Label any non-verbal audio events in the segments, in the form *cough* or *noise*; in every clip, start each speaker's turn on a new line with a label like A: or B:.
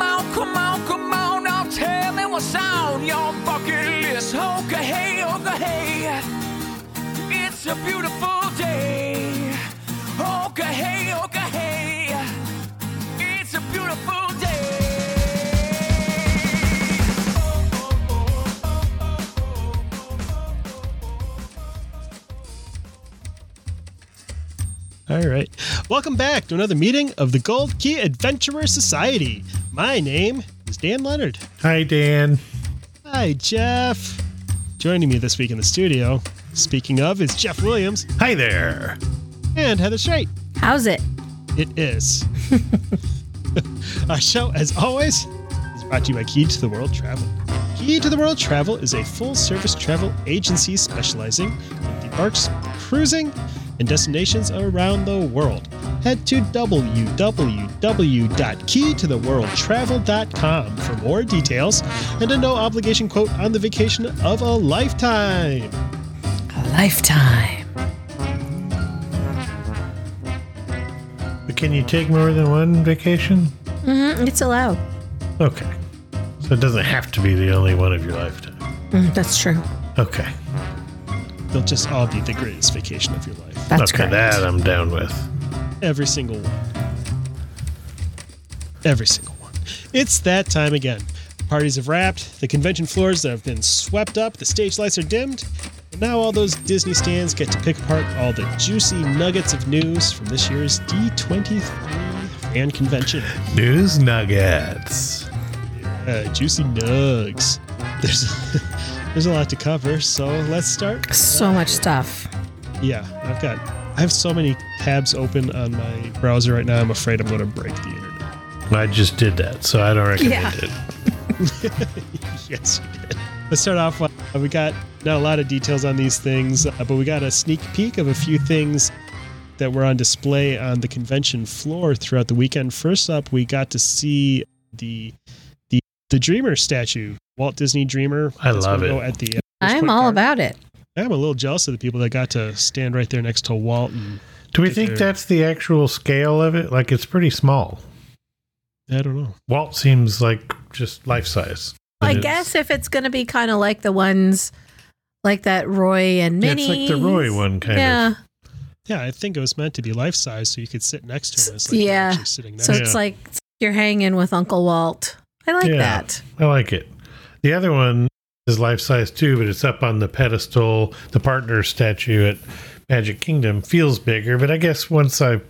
A: on, come on, come on, now tell me what's on your bucket list. Oh, Okay, hey, okay, hey. It's a beautiful day. Oh, Okay, hey, okay, hey. It's a beautiful
B: All right. Welcome back to another meeting of the Gold Key Adventurer Society. My name is Dan Leonard.
C: Hi, Dan.
B: Hi, Jeff. Joining me this week in the studio, speaking of, is Jeff Williams
C: Hi there.
B: and Heather Strait.
D: How's it?
B: It is. *laughs* Our show, as always, is brought to you by Key to the World Travel. Key to the World Travel is a full service travel agency specializing in theme parks, cruising, and destinations around the world. Head to www.keytotheworldtravel.com for more details and a no obligation quote on the vacation of a lifetime.
D: A lifetime.
C: But can you take more than one vacation?
D: Mm-hmm, it's allowed.
C: Okay. So it doesn't have to be the only one of your lifetime.
D: Mm, that's true.
C: Okay.
B: They'll just all be the greatest vacation of your life.
D: That's
C: okay,
D: correct.
C: that I'm down with.
B: Every single one. Every single one. It's that time again. Parties have wrapped, the convention floors have been swept up, the stage lights are dimmed, and now all those Disney stands get to pick apart all the juicy nuggets of news from this year's D23 fan convention.
C: News nuggets.
B: Uh, juicy nugs. There's, there's *laughs* a lot to cover, so let's start
D: so much stuff.
B: Yeah, I've got. I have so many tabs open on my browser right now. I'm afraid I'm going to break the internet.
C: I just did that, so I don't recommend
D: Yeah.
C: it.
B: *laughs* Yes, you did. Let's start off. with- uh, We got not a lot of details on these things, uh, but we got a sneak peek of a few things that were on display on the convention floor throughout the weekend. First up, we got to see the the the Dreamer statue, Walt Disney Dreamer.
C: I love
B: gonna
C: it.
B: go At the uh,
D: I'm
B: Bushwick
D: all
B: Garden.
D: about it.
B: I'm a little jealous of the people that got to stand right there next to Walt and
C: Do we
B: Get
C: think
B: there.
C: that's the actual scale of it? Like, it's pretty small.
B: I don't know.
C: Walt seems like just life size.
D: I
C: It is-
D: guess if it's going to be kind of like the ones like that Roy and
C: Yeah,
D: Minnie.
C: it's like the Roy one, kind of.
D: yeah.
B: Yeah, I think it was meant to be life size, so you could sit next to him. It's like
D: Yeah.
B: yeah, actually sitting next.
D: So
B: to
D: it's
C: Yeah.
D: like you're hanging with Uncle Walt. I like
C: Yeah.
D: that. *laughs*
C: I like it. The other one is life size too, but it's up on the pedestal. The partner statue at Magic Kingdom feels bigger, but I guess once I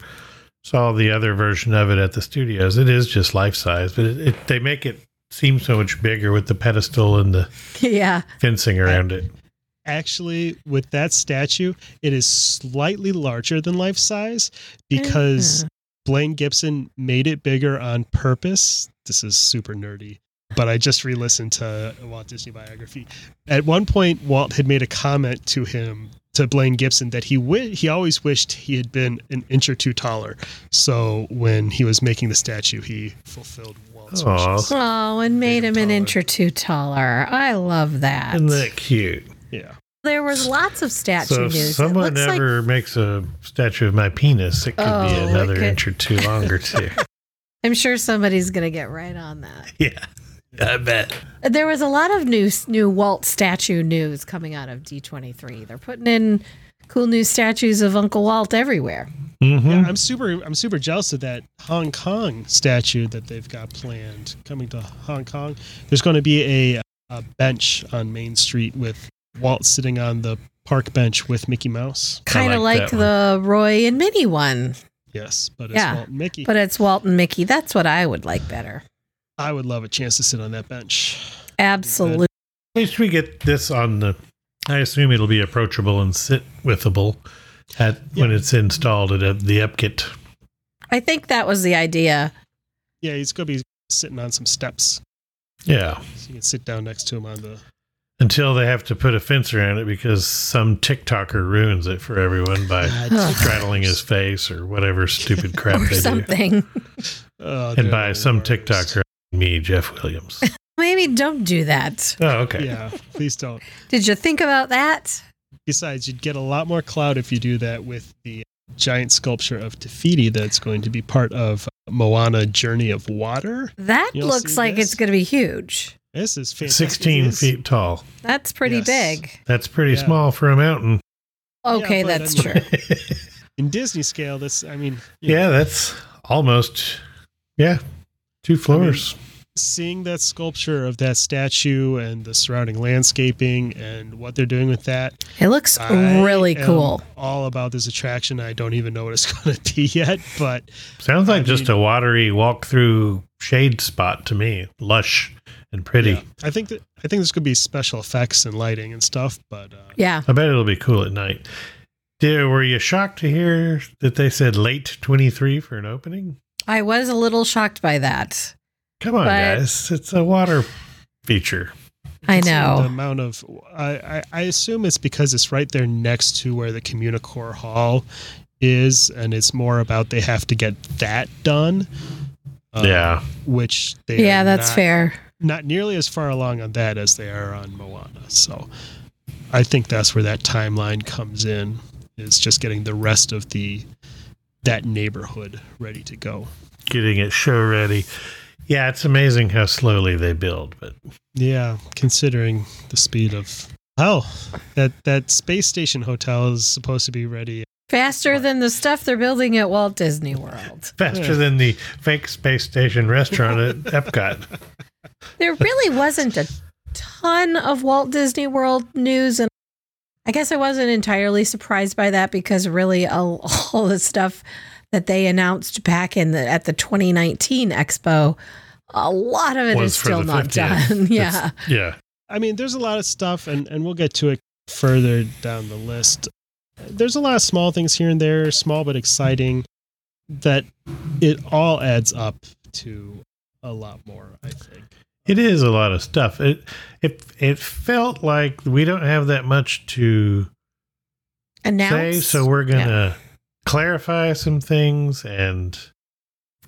C: saw the other version of it at the studios, it is just life size, but it, it, they make it seem so much bigger with the pedestal and the
D: yeah.
C: fencing around it.
B: Actually, with that statue, it is slightly larger than life size because Blaine Gibson made it bigger on purpose. This is super nerdy, but I just re-listened to a Walt Disney biography. At one point, Walt had made a comment to him to Blaine Gibson that he wi- he always wished he had been an inch or two taller. So when he was making the statue, he fulfilled Walt's
C: Aw.
B: wishes.
D: Oh, and made
B: Made him
D: him an
B: taller.
D: inch or two taller. I love that.
C: Isn't that cute?
B: Yeah.
D: there was lots of statue
C: so if
D: news. It
C: someone
D: looks like-
C: ever makes a statue of my penis, it could be
D: Oh, it
C: another
D: could-
C: inch or two longer
D: *laughs*
C: too.
D: I'm sure somebody's going to get right on that.
C: yeah. I bet.
D: There was a lot of new new Walt statue news coming out of D23. They're putting in cool new statues of Uncle Walt everywhere.
C: Mm-hmm.
B: Yeah, I'm super. I'm super jealous of that Hong Kong statue that they've got planned coming to Hong Kong. There's going to be a, a bench on Main Street with Walt sitting on the park bench with Mickey Mouse.
D: Kind of
C: like
D: like,
C: that
D: the Roy and Minnie one,
B: Yes, but it's
D: Yeah,
B: Walt and Mickey.
D: but it's Walt and Mickey. That's what I would like better.
B: I would love a chance to sit on that bench.
D: Absolutely.
C: At least we get this on the. I assume it'll be approachable and sit withable at when
B: Yeah.
C: it's installed at uh, the Epcot.
D: I think that was the idea.
B: Yeah, he's going to be sitting on some steps.
C: Yeah.
E: So you can sit down next to him on the.
C: Until they have to put a fence around it because some TikToker ruins it for everyone by straddling his face or whatever stupid crap
D: or
C: they do.
D: something. *laughs*
B: Oh,
E: Uh,
C: And by some TikToker, I mean me, Jeff Williams.
D: Maybe don't do that.
C: Oh, okay.
E: Yeah, please don't.
D: Did you think about that?
E: Besides, you'd get a lot more clout if you do that with the giant sculpture of Tafiti that's going to be part of uh, Moana Journey of Water.
D: That
E: You'll
D: looks
E: see
D: like
E: this.
D: it's going to be huge.
E: This is fantastic.
C: 16
E: This-
C: feet tall.
D: That's pretty
E: Yes.
D: big.
C: That's pretty
E: Yeah.
C: small for a mountain.
D: Okay,
E: but I
D: that's
E: mean-
D: true.
E: In Disney scale, this, I mean, you
C: Yeah, that's almost, yeah, two floors.
E: seeing that sculpture of that statue and the surrounding landscaping and what they're doing with that
D: It looks
E: I
D: really
E: am
D: cool.
E: all about this attraction i don't even know what it's *laughs* going to be yet but
C: Sounds like
E: I
C: just
E: mean-
C: a watery walk through shade spot to me. Lush and pretty.
E: yeah, i think that i think there's going to be special effects and lighting and stuff but uh,
D: Yeah.
C: I bet it'll be cool at night. Dear, were you shocked to hear that they said late 23 for an opening?
D: I was a little shocked by that.
C: Come on,
D: But-
C: guys. It's a water feature.
D: I
E: considering
D: know.
E: the amount of I, I i assume it's because it's right there next to where the communicore hall is and it's more about they have to get that done uh,
C: yeah.
E: which they
D: Yeah,
E: are
D: that's
E: not-
D: fair.
E: not nearly as far along on that as they are on Moana. So I think that's where that timeline comes in. Is just getting the rest of the that neighborhood ready to go.
C: Getting it show ready. Yeah, it's amazing how slowly they build, but
E: Yeah, considering the speed of oh, that that space station hotel is supposed to be ready.
D: Faster than the stuff they're building at Walt Disney World.
C: faster
E: Yeah.
C: than the fake space station restaurant at
D: *laughs*
C: Epcot.
D: There really wasn't a ton of Walt Disney World news. And I guess I wasn't entirely surprised by that because really all, *laughs* all the stuff that they announced back in the, at the 2019 expo, a lot of it is
C: Was for
D: still
C: the
D: not
C: 50th.
D: done. *laughs* yeah.
C: It's- yeah.
E: I mean, there's a lot of stuff, and and we'll get to it further down the list. There's a lot of small things here and there, small but exciting, that it all adds up to a lot more. I think.
C: It is a lot of stuff. It it it felt like we don't have that much to
D: Announce.
C: say, so we're gonna clarify some things and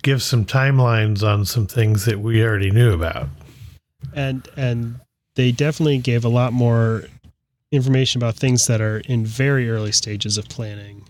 C: give some timelines on some things that we already knew about.
E: and and they definitely gave a lot more information about things that are in very early stages of planning.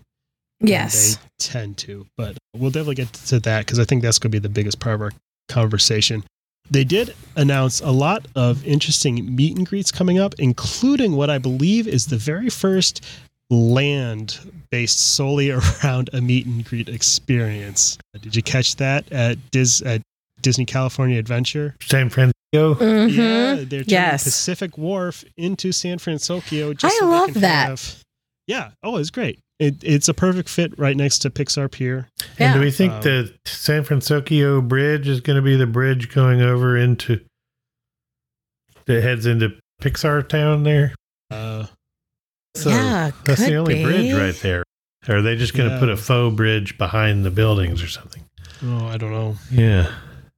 E: than
D: Yes.
E: they tend to, but we'll definitely get to that because I think that's going to be the biggest part of our conversation. They did announce a lot of interesting meet and greets coming up, including what I believe is the very first land based solely *laughs* around a meet and greet experience. Did you catch that at Dis at Disney California Adventure?
C: San Francisco.
D: Mhm.
E: Yeah, they're turning
D: Yes.
E: Pacific Wharf into San Francisco. Just
D: I
E: so they
D: love
E: can
D: that.
E: have- yeah. Oh, it's great. It, it's a perfect fit right next to Pixar Pier.
D: Yeah.
C: And do we think
E: Um,
C: the San Francisco Bridge is going to be the bridge going over into that heads into Pixar Town there?
E: Uh,
C: So
D: yeah,
C: that's the
D: could
C: only
D: be.
C: bridge right there. Or are they just going to
E: Yeah.
C: put a faux bridge behind the buildings or something?
E: oh, I don't know.
C: Yeah.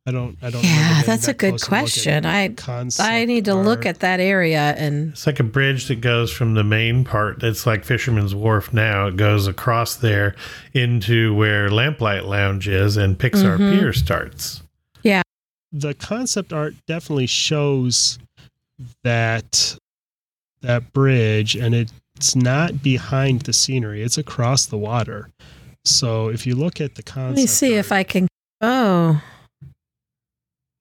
E: I don't. I don't. remember
D: Yeah,
E: getting
D: that's a
E: that
D: good
E: close to look at
D: question. I
E: Concept
D: I need to look
E: art.
D: at that area and
C: It's like a bridge that goes from the main part that's like Fisherman's Wharf now. It goes across there into where Lamplight Lounge is and Pixar
D: Mhm.
C: Pier starts.
E: the concept art. Definitely shows that that bridge, and it's not behind the scenery. It's across the water. So if you look at the concept,
D: let me see if
E: art-
D: I can. Oh,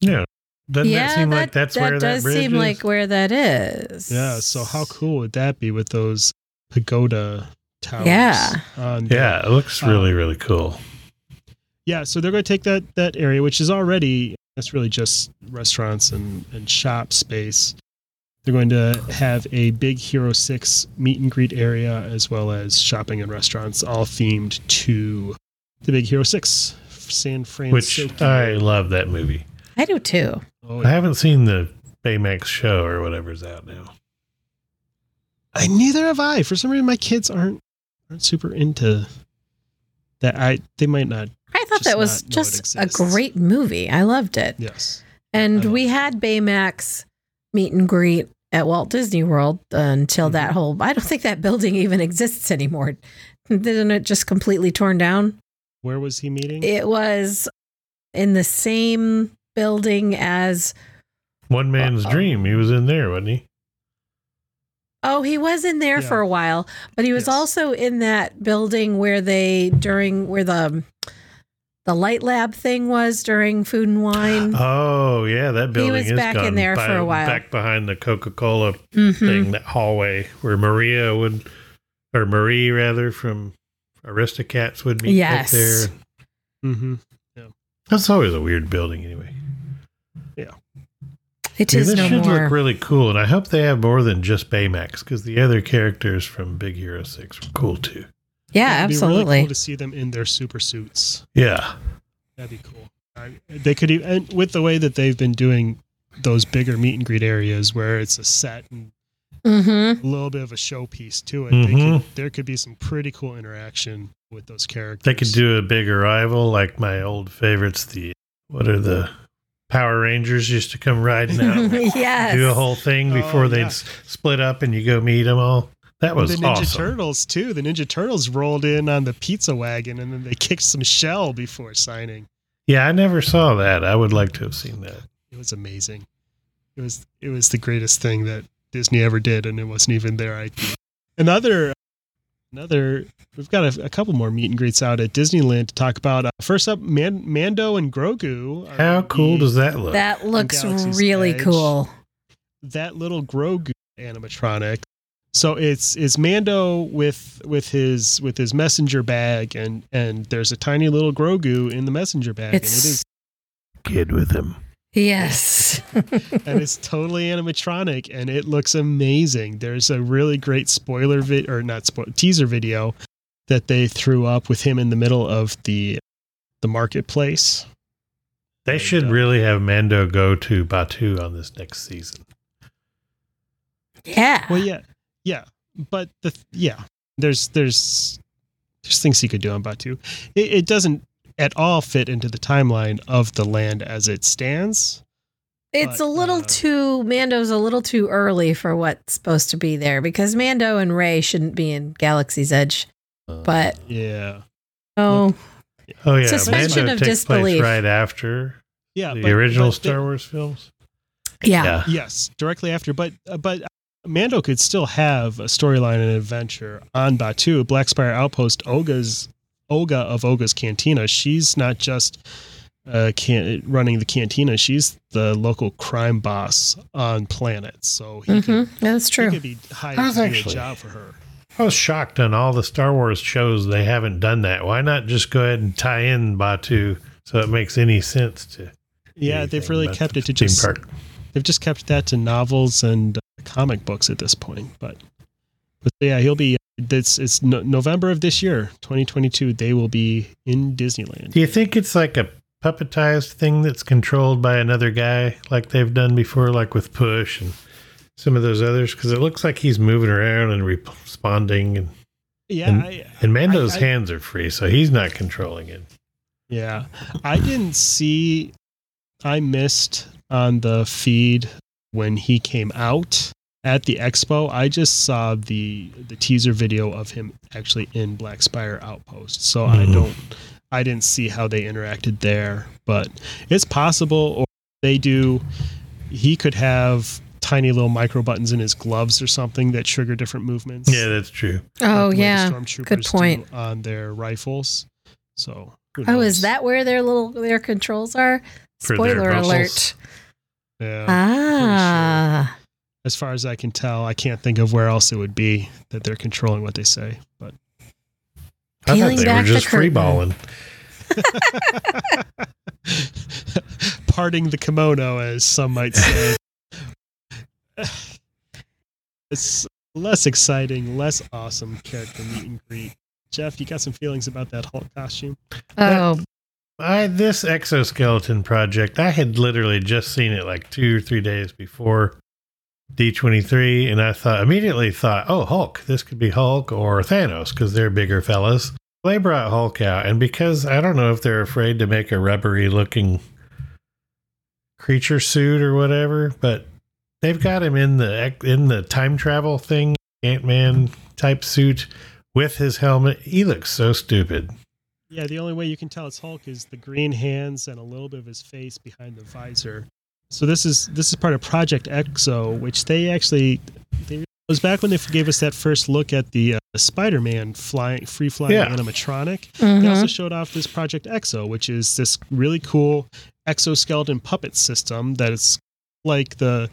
C: Yeah. Doesn't that seem like that's
D: that
C: where
D: does
C: that bridge
D: seem
C: is?
D: like where that is.
E: Yeah, so how cool would that be with those pagoda towers?
D: Yeah.
E: on the-
C: yeah, it
D: Oh.
C: looks really, really cool.
E: yeah, so they're going to take that that area which is already that's really just restaurants and and shop space. They're going to have a big Hero 6 meet and greet area as well as shopping and restaurants all themed to the big Hero 6 San Francisco.
C: Which I love that movie.
D: I do too.
E: Oh,
C: I haven't seen the Baymax show or whatever's out now.
E: I neither have I. For some reason, my kids aren't aren't super into that. I they might not.
D: I thought
E: Just
D: that was
E: not know it
D: just a
E: exists.
D: great movie. I loved it.
E: Yes,
D: And
E: I
D: we had Baymax meet and greet at Walt Disney World until
C: Mm-hmm.
D: that whole. I don't think that building *laughs* even exists anymore. Didn't it just completely torn down?
E: Where was he meeting?
D: It was in the same building as.
C: One man's
D: Uh-oh.
C: dream. He was in there, wasn't he?
D: Oh, he was in there
E: Yeah.
D: for a while, but he was
E: Yes.
D: also in that building where they during where the the light lab thing was during Food and
E: *gasps*
D: Wine.
C: Oh yeah, that building
D: Mm-hmm. was
C: is
D: back in
C: gone
D: there for a while.
C: Back behind the Coca Cola
D: Mhm.
C: thing, that hallway where Maria would, or Marie rather from Aristocats would meet
D: Yes.
C: up there.
E: Mm-hmm.
C: That's always a weird building, anyway.
D: It
C: Yeah,
D: is
C: this
D: no
C: should
D: more.
C: look really cool, and I hope they have more than just Baymax because the other characters from Big Hero Six were cool too.
D: yeah,
E: It'd Be
D: absolutely.
E: really cool to see them in their super suits.
C: Yeah,
E: That'd be cool. I, they could even and with the way that they've been doing those bigger meet and greet areas where it's a set and
D: hmm
E: a little bit of a showpiece to it. They
C: Mhm.
E: could, there could be some pretty cool interaction with those characters.
C: they could do a bigger rival like my old favorites. The what are the Power Rangers used to come riding
D: *laughs*
C: out.
D: yes.
C: do a whole thing before
E: Oh,
C: they
E: yeah.
C: s- split up and you go meet them all. That was
E: the Ninja
C: awesome.
E: Turtles too. The Ninja Turtles rolled in on the pizza wagon and then they *laughs* kicked some shell before signing.
C: Yeah, I never saw that. I would like to have seen that.
E: It was amazing. It was it was the greatest thing that Disney ever did, and it wasn't even their IP. Another another we've got a, a couple more meet and greets out at Disneyland to talk about. Uh, first up, Man, Mando and Grogu. are
C: How
E: gonna
C: cool
E: be-
C: does that look?
D: That looks
E: Galaxy's
D: really
E: Edge.
D: cool.
E: that little Grogu animatronic. So it's it's Mando with with his with his messenger bag and and there's a tiny little Grogu in the messenger bag and it
D: It's
E: is
C: kid with him.
D: yes.
E: and it's totally animatronic and it looks amazing. There's a really great spoiler vid or not spoiler teaser video that they threw up with him in the middle of the the marketplace.
C: They should
E: Yeah.
C: really have Mando go to Batu on this next season.
D: yeah.
E: Well, yeah, yeah, but the th- yeah, there's there's there's things he could do on Batu. It, it doesn't at all fit into the timeline of the land as it stands.
D: it's
E: but,
D: a little
E: uh,
D: too Mando's a little too early for what's supposed to be there because Mando and Ray shouldn't be in Galaxy's Edge. But
E: Yeah,
D: oh,
C: oh yeah,
D: suspension
C: Mando
D: of
C: takes place
D: disbelief.
C: right after
E: yeah,
C: the
E: Uh, but-
C: original
E: but
C: Star Wars films.
D: yeah.
E: the- yes, directly after, but uh, but. Mando could still have a storyline and adventure on Batu, Black Spire Outpost, Oga's Olga of Olga's Cantina. She's not just uh, can- running the cantina; she's the local crime boss on planet. So
D: hmm
E: he could
D: That's
E: It
D: true.
E: could be
C: I
E: hired
C: was
E: to do
C: actually-
E: a job for her.
C: I was shocked on all the Star Wars shows they haven't done that. Why not just go ahead and tie in Batu so it makes any sense to
E: Yeah,
C: anything
E: they've really
C: about
E: kept
C: the
E: it to
C: theme
E: just
C: park.
E: they've just kept that to novels and uh, comic books at this point. But but yeah, he'll be. It's it's no, November of this year, 2022. They will be in Disneyland.
C: Do you think it's like a puppetized thing that's controlled by another guy, like they've done before, like with Push and some of those others? Because it looks like he's moving around and responding, and,
E: Yeah,
C: And-
E: I,
C: and Mando's
E: I- I-
C: hands are free, so he's not controlling it.
E: yeah. I didn't see. I missed on the feed when he came out at the expo. I just saw the the teaser video of him actually in Black Spire Outpost. So I
C: Mhm.
E: don't I didn't see how they interacted there, but it's possible or they do he could have tiny little micro buttons in his gloves or something that trigger different movements.
C: Yeah, that's true.
D: Oh
E: like the way the
D: yeah.
E: stormtroopers
D: Good point.
E: do on their rifles. So who
D: Oh, is
E: knows?
D: that where their little their controls are?
C: For their
D: Spoiler
C: muscles.
D: alert.
E: Yeah.
D: Uh, Ah.
E: as far as I can tell, I can't think of where else it would be that they're controlling what they say. But *laughs*
D: Peeling
C: I thought they
D: back
C: were
D: the
C: just
D: curtain.
C: freeballing.
E: parting the kimono, as some might say, *laughs* it's less exciting, less awesome character meet and greet. Jeff, you got some feelings about that Hulk costume?
D: Oh,
C: I this exoskeleton project, I had literally just seen it like two or three days before D twenty three, and I thought immediately thought, oh Hulk, this could be Hulk or Thanos because they're bigger fellas. They brought Hulk out, and because I don't know if they're afraid to make a rubbery looking creature suit or whatever, but they've got him in the in the time travel thing, Ant Man type suit with his helmet. He looks so stupid.
E: Yeah, the only way you can tell it's Hulk is the green hands and a little bit of his face behind the visor. So this is this is part of Project EXO, which they actually they, it was back when they gave us that first look at the uh, Spider-Man flying free flying
C: Yeah.
E: animatronic. They also
D: Mhm.
E: showed off this Project EXO, which is this really cool exoskeleton puppet system that is like the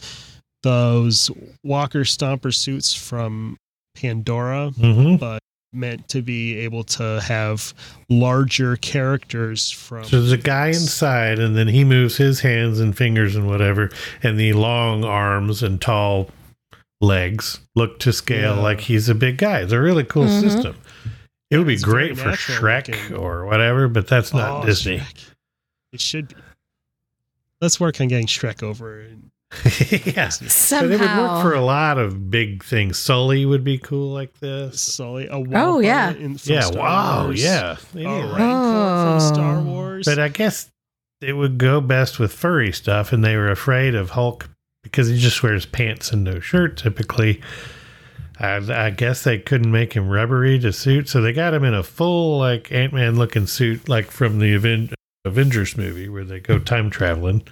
E: those Walker Stomper suits from Pandora
C: Mm-hmm.
E: meant to be able to have larger characters from
C: So there's a guy inside, and then he moves his hands and fingers and whatever, and the long arms and tall legs look to scale
E: Yeah.
C: like he's a big guy. It's a really cool
D: Mhm.
C: system. It would be
E: It's very
C: great for
E: natural
C: Shrek
E: looking.
C: or whatever, but that's not
E: Oh,
C: Disney. *laughs*
E: Shrek. It should be. Let's work on getting Shrek over. And
C: yeah. But it would work
D: Somehow.
C: for a lot of big things. Sully would be cool like this.
E: Sully, a
D: Oh,
E: Wampa
D: yeah.
E: in, from
C: yeah.
E: Star
C: wow.
E: Wars,
C: Yeah.
E: a
C: Any of
E: Rancor
C: that.
E: from Star
D: Oh.
E: Wars.
C: But uh, I guess it would go best with furry stuff, and they were afraid of Hulk because he just wears pants and no shirt typically. I, I guess they couldn't make him rubbery to suit, so they got him in a full like Ant Man looking suit, like from the Aven- Avengers movie where they go time traveling,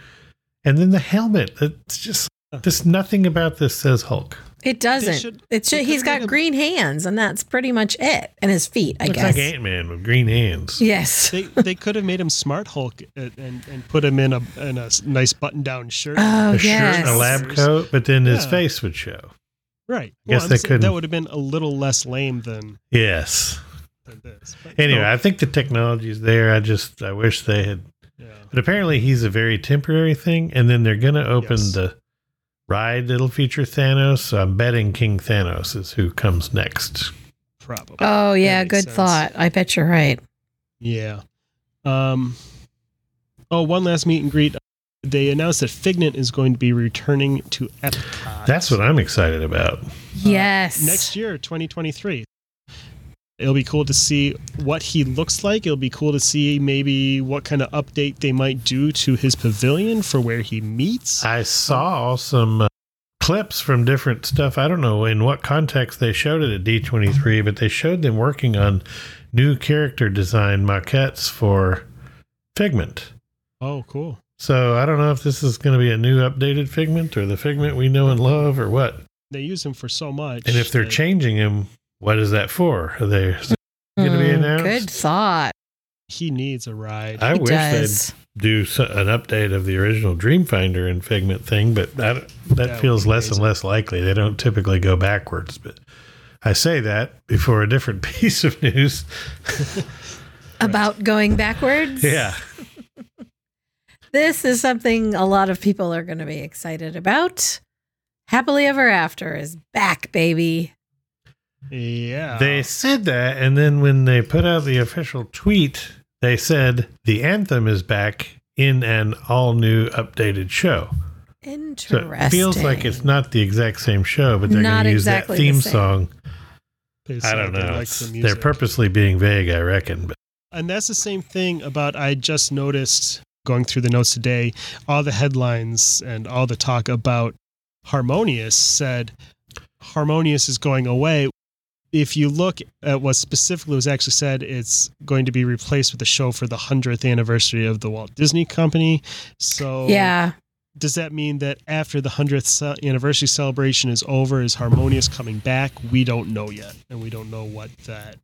C: and then the helmet. It's just just nothing about this says Hulk.
D: It doesn't.
E: should-
D: it should,
E: they
D: he's
E: could
D: got
E: make a-
D: green hands, and that's pretty much it. And his feet, I
C: Looks
D: guess.
C: like Ant Man with green hands.
D: yes.
E: they they could have made him Smart Hulk and, and, and put him in a in a s- nice button down shirt.
D: Oh,
C: A shirt and a
D: yes.
C: lab coat, but then his
E: Yeah.
C: face would show.
E: Right.
C: Guess
E: I'm
C: they
E: saying
C: couldn't.
E: That would have been a little less lame than,
C: Yes.
E: than this. But
C: Anyway,
E: no,
C: I think the technology's there. I just I wish they had.
E: yeah.
C: But apparently, he's a very temporary thing, and then they're gonna open
E: Yes.
C: the ride that'll feature Thanos. So I'm betting King Thanos is who comes next.
E: probably.
D: Oh, yeah.
E: makes
D: Good
E: sense.
D: thought. I bet you're right.
E: Yeah. Um. Oh, one last meet and greet. They announced that Figment is going to be returning to Epcot.
C: That's what I'm excited about.
D: yes.
E: next year, 2023. It'll be cool to see what he looks like. It'll be cool to see maybe what kind of update they might do to his pavilion for where he meets.
C: I saw some uh, clips from different stuff. I don't know in what context they showed it at D23, but they showed them working on new character design maquettes for Figment.
E: Oh, cool.
C: So I don't know if this is going to be a new updated Figment or the Figment we know and love or what.
E: They use him for so much.
C: And if they're
E: that-
C: changing him, what is that for? Are they is it gonna be
D: Hmm,
C: announced?
D: Good thought.
E: he needs a ride.
C: I
D: It
C: wish
D: does.
C: they'd do so, an update of the original Dreamfinder and Figment thing, but I don't- that,
E: would
C: feels
E: be
C: less and
E: amazing.
C: less likely. They don't typically go backwards, but I say that before a different *laughs* piece of news.
D: About going backwards.
C: Yeah.
D: This is something a lot of people are going to be excited about. Happily Ever After is back, baby.
E: yeah.
C: They
D: Um,
C: said that, and then when they put out the official tweet, they said the anthem is back in an all new updated show. So
D: Interesting.
C: it feels like it's not the exact same show, but they're going
D: Not
C: to use
D: exactly
C: that
D: the
C: theme
D: same.
C: song.
E: They
C: I
E: said
C: don't
E: they
C: know.
E: liked
C: It's-
E: the
C: they're
E: music.
C: purposely being vague, I reckon. But
E: And that's the same thing about I just noticed going through the notes today, all the headlines and all the talk about Harmonious said Harmonious is going away. If you look at what specifically was actually said, it's going to be replaced with a show for the 100th anniversary of the Walt Disney Company. So
D: Yeah.
E: does that mean that after the 100th ce- anniversary celebration is over, is Harmonious coming back? We don't know yet. And we don't know what that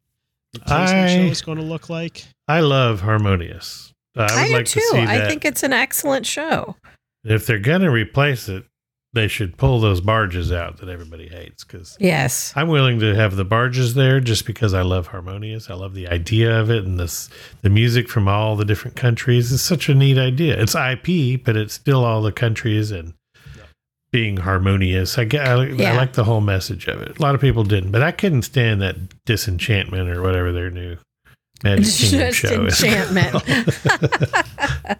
E: replacement
C: I-
E: show is going to look like.
C: I love Harmonious. I would
D: do
C: like
D: too.
C: to see that.
D: I think it's an excellent show.
C: if they're going to replace it, they should pull those barges out that everybody hates because
D: Yes.
C: I'm willing to have the barges there just because I love harmonious. I love the idea of it and this the music from all the different countries is such a neat idea. It's IP, but it's still all the countries and being harmonious. I get I, I
D: Yeah.
C: like the whole message of it. A lot of people didn't, but I couldn't stand that disenchantment or whatever their new Magic
D: *laughs*
C: Kingdom
D: Just
C: show *laughs* is.
D: enchantment.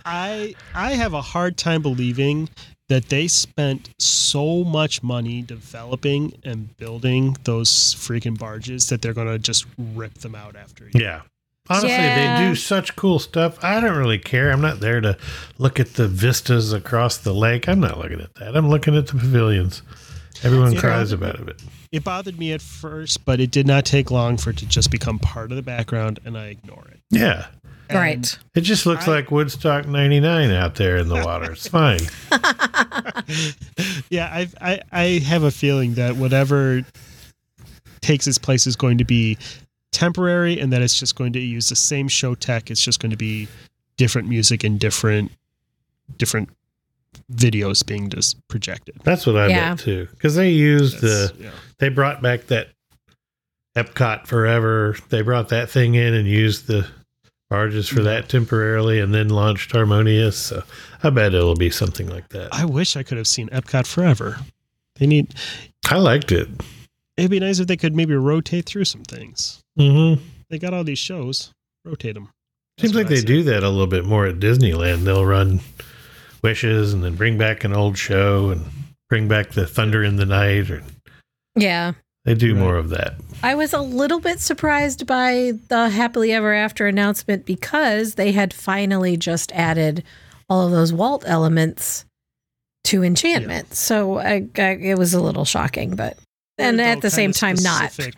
E: I I have a hard time believing that they spent so much money developing and building those freaking barges that they're going to just rip them out after you.
C: yeah. Honestly,
D: Yeah.
C: they do such cool stuff. I don't really care. I'm not there to look at the vistas across the lake. I'm not looking at that. I'm looking at the pavilions. Everyone
E: Yeah.
C: cries about it.
E: It bothered me at first, but it did not take long for it to just become part of the background, and I ignore it.
C: Yeah.
E: And
D: right.
C: It just looks
E: I-
C: like Woodstock 99 out there in
D: *laughs*
C: the water. It's fine.
E: yeah, I've, I I have a feeling that whatever takes its place is going to be temporary, and that it's just going to use the same show tech. It's just going to be different music and different different videos being just projected.
C: That's what I
D: Yeah.
C: meant too. Because they used
E: That's-
C: the,
E: yeah.
C: they brought back that Epcot Forever. They brought that thing in and used the barges for that temporarily and then launched Harmonious. So I bet it'll be something like that.
E: I wish I could have seen Epcot forever. They need.
C: I liked it.
E: It'd be nice if they could maybe rotate through some things.
C: hmm
E: They got all these shows. Rotate them.
C: Seems like they do that a little bit more at Disneyland. They'll run wishes and then bring back an old show and bring back the Thunder in the Night. Or
D: Yeah.
C: they do
E: Right.
C: more of that.
D: I was a little bit surprised by the happily ever after announcement because they had finally just added all of those Walt elements to Enchantment. So I, I, it was a little shocking, but and at the same time, not.
E: not.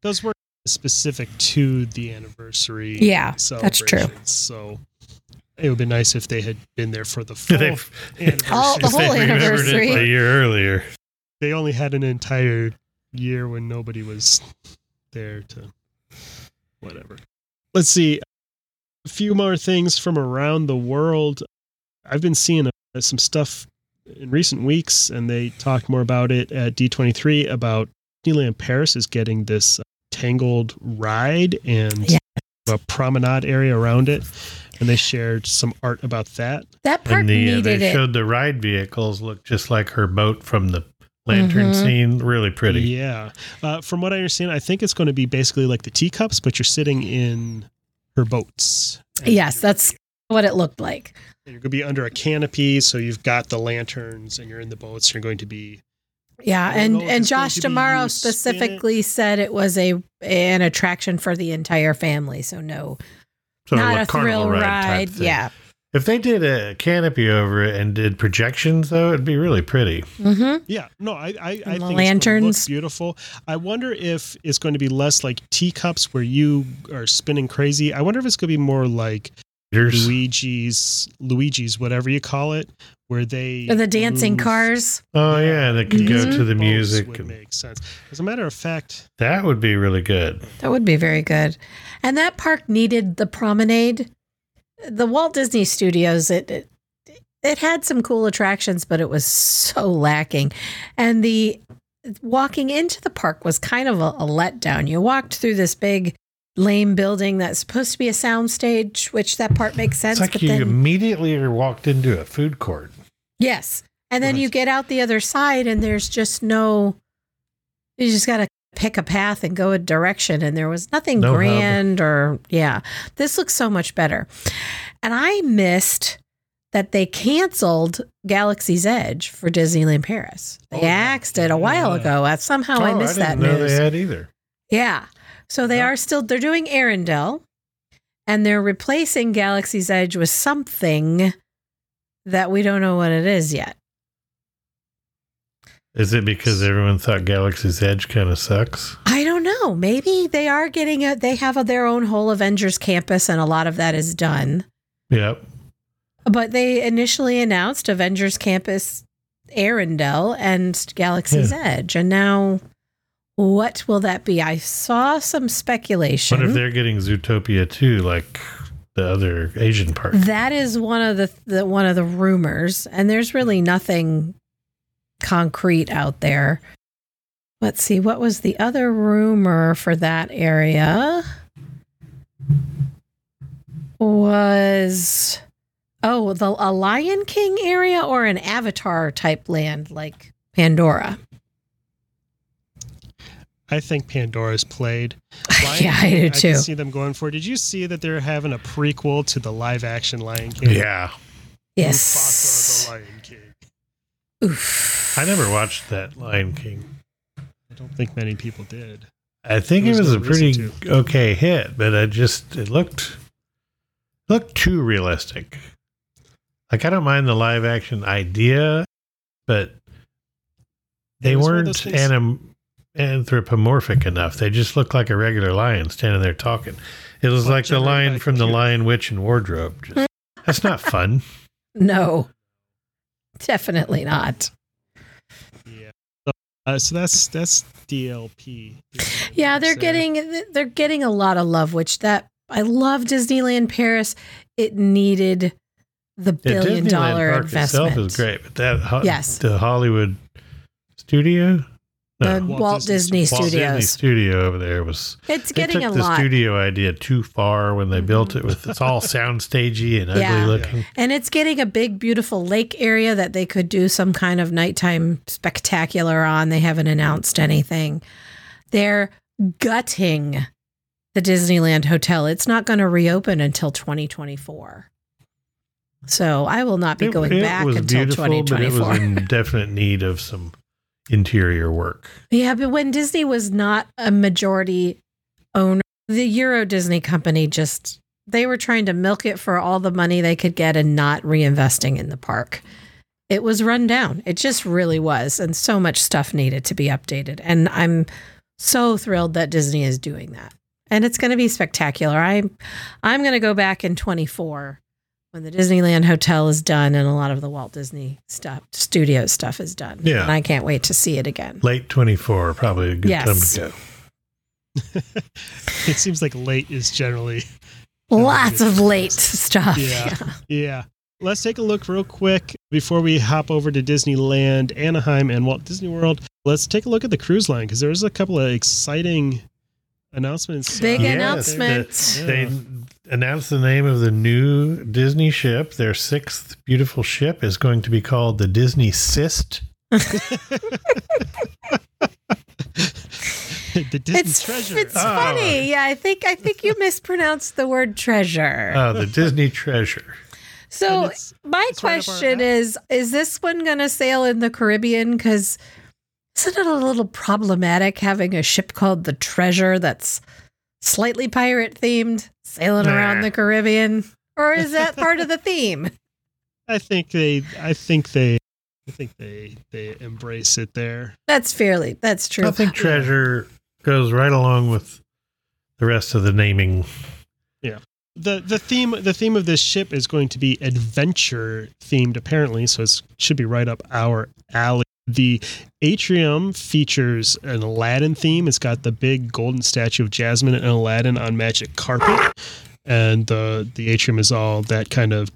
E: Those were specific to the anniversary.
D: Yeah, that's true.
E: celebrations, So it would have been nice if they had been
C: *laughs*
E: there for the full
C: They-
E: *laughs* anniversary.
D: All- the
C: if they
D: whole
C: remembered
D: anniversary.
C: It a year earlier.
E: they only had an entire year when nobody was there to whatever. Let's see. A few more things from around the world. I've been seeing uh, some stuff in recent weeks, and they talked more about it at D23 about Disneyland Paris is getting this uh, tangled ride and
D: Yeah.
E: a promenade area around it. And they shared some art about that.
D: That part
C: and the, uh,
D: needed
C: they
D: it.
C: showed the ride vehicles look just like her boat from the lantern
D: Mhm.
C: scene. Really pretty.
E: Yeah. Uh, from what I understand, I think it's going to be basically like the teacups, but you're sitting in her boats. And
D: yes,
E: you're-
D: that's what it looked like.
E: and You're going to be under a canopy, so you've got the lanterns, and you're in the boats. You're going to be
D: Yeah,
E: I don't
D: and
E: know if
D: and
E: it's going
D: Josh
E: to be
D: Tomorrow
E: you spin it.
D: specifically said it was a an attraction for the entire family, so no,
C: Sort of
D: not
C: a
D: a,
C: carnival
D: thrill
C: ride type
D: ride.
C: thing.
D: yeah.
C: If they did a canopy over it and did projections, though, it'd be really pretty.
D: Mm-hmm.
E: yeah. No, I I, I think
D: the
E: it's going to look
D: lanterns.
E: beautiful. I wonder if it's going to be less like teacups where you are spinning crazy. I wonder if it's going to be more like
C: There's-
E: Luigi's Luigi's whatever you call it, where they
D: The dancing
E: move-
D: cars.
C: Oh yeah, that could go
D: Mhm.
C: to the
E: Boats
C: music.
E: would
C: and-
E: make sense. As a matter of fact,
C: That would be really good.
D: That would be very good. And that park needed the promenade. The Walt Disney Studios, it, it it had some cool attractions, but it was so lacking. And the walking into the park was kind of a, a letdown. You walked through this big lame building that's supposed to be a soundstage, which that part makes sense.
C: It's like
D: but
C: you
D: then
C: immediately walked into a food court.
D: Yes. And then
C: Right.
D: you get out the other side and there's just no you just got to pick a path and go a direction and there was nothing
C: No hub.
D: grand or yeah. This looks so much better. And I missed that they canceled Galaxy's Edge for Disneyland Paris. They
E: Oh, yeah.
D: axed it a while
E: Yeah.
D: ago. Uh, Somehow I
C: Oh,
D: missed
C: didn't
D: that
C: know
D: news.
C: they had either.
D: Yeah. So they
E: Yeah.
D: are still they're doing Arendelle and they're replacing Galaxy's Edge with something that we don't know what it is yet.
C: Is it because everyone thought Galaxy's Edge kind of sucks?
D: I don't know. Maybe they are getting a they have a, their own whole Avengers campus and a lot of that is done.
C: Yep.
D: But they initially announced Avengers Campus Arendelle and Galaxy's Edge and now what will that be? I saw some speculation.
C: What if they're getting Zootopia too, like the other Asian park?
D: That is one of the, the one of the rumors, and there's really nothing concrete out there. Let's see, what was the other rumor for that area? Was oh the a Lion King area or an Avatar type land like Pandora?
E: I think Pandora's played.
D: *laughs* Yeah, I do
E: I
D: too.
E: can see them going for. Did you see that they're having a prequel to the live action Lion King?
C: Yeah.
D: Yes.
E: Mufasa, the Lion King.
D: Oof.
C: I never watched that Lion King.
E: I don't think many people did.
C: I think it
E: There's
C: was
E: no
C: a pretty
E: reason
C: okay hit, but I just it looked looked too realistic. Like I don't mind the live action idea, but they
E: It was one of those
C: weren't
E: things-
C: anim- anthropomorphic enough. They just looked like a regular lion standing there talking. It was
E: Well,
C: like the
E: generated by
C: lion
E: a
C: from the
E: computer.
C: Lion Witch and Wardrobe. Just, that's not
D: *laughs*
C: fun.
D: No, definitely not.
E: Yeah. So, uh, so that's that's DLP.
D: Yeah, they're
E: So-
D: getting they're getting a lot of love, which that I love Disneyland Paris. It needed
C: The
D: the billion
C: Disneyland
D: dollar
C: park
D: investment.
C: itself is great, but that ho-
D: Yes.
C: the Hollywood studio,
D: The
E: Walt
D: Walt,
E: Disney
D: Disney,
C: Walt
D: Studios.
C: Disney Studio over there was
D: It's
C: they
D: getting
C: took
D: a
C: the
D: lot, Mm-hmm.
C: studio idea too far when they built it with it's all sound stagey and ugly
D: Yeah.
C: looking.
D: and it's getting a big, beautiful lake area that they could do some kind of nighttime spectacular on. They haven't announced anything. They're gutting the Disneyland Hotel. It's not going to reopen until 2024. So I will not be
C: It-
D: going
C: it
D: back
C: was
D: until
C: beautiful, but it
D: 2024.
C: was in definite need of some interior work.
D: Yeah, but when Disney was not a majority owner, the Euro Disney company just they were trying to milk it for all the money they could get and not reinvesting in the park. It was run down. It just really was, and so much stuff needed to be updated. And I'm so thrilled that Disney is doing that. And it's going to be spectacular. I am I'm going to go back in 24 when the Disneyland hotel is done and a lot of the Walt Disney stuff, studio stuff is done.
C: Yeah.
D: And I can't wait to see it again.
C: Late twenty four, probably a good
D: Yes.
C: time to go.
E: *laughs* It seems like late
D: *laughs*
E: is generally
D: Lots of late stuff.
E: Yeah. Yeah. Let's take a look real quick before we hop over to Disneyland, Anaheim, and Walt Disney World. Let's take a look at the cruise line because there's a couple of exciting announcements.
D: Big
E: uh,
D: announcement.
E: Yeah.
C: They announced the name of the new Disney ship. Their sixth beautiful ship is going to be called the Disney Cyst.
E: the Disney
D: It's
E: treasure.
D: it's
E: Uh,
C: Ah.
D: funny. Yeah, I think I think you mispronounced the word treasure.
C: Oh,
D: *laughs*
C: the Disney Treasure.
E: and
D: so
E: it's-
D: my
E: it's right up our
D: question
E: alley.
D: is is this one going to sail in the Caribbean cuz isn't it a little problematic having a ship called the Treasure that's slightly pirate themed sailing
C: Nah.
D: around the Caribbean? Or is that part
C: *laughs*
D: of the theme?
E: I think they. I think they. I think they. They embrace it there.
D: That's fairly that's true.
C: I think treasure goes right along with the rest of the naming.
E: the the theme the theme of this ship is going to be adventure themed apparently so it should be right up our alley the atrium features an aladdin theme it's got the big golden statue of jasmine and aladdin on magic carpet and the the atrium is all that kind of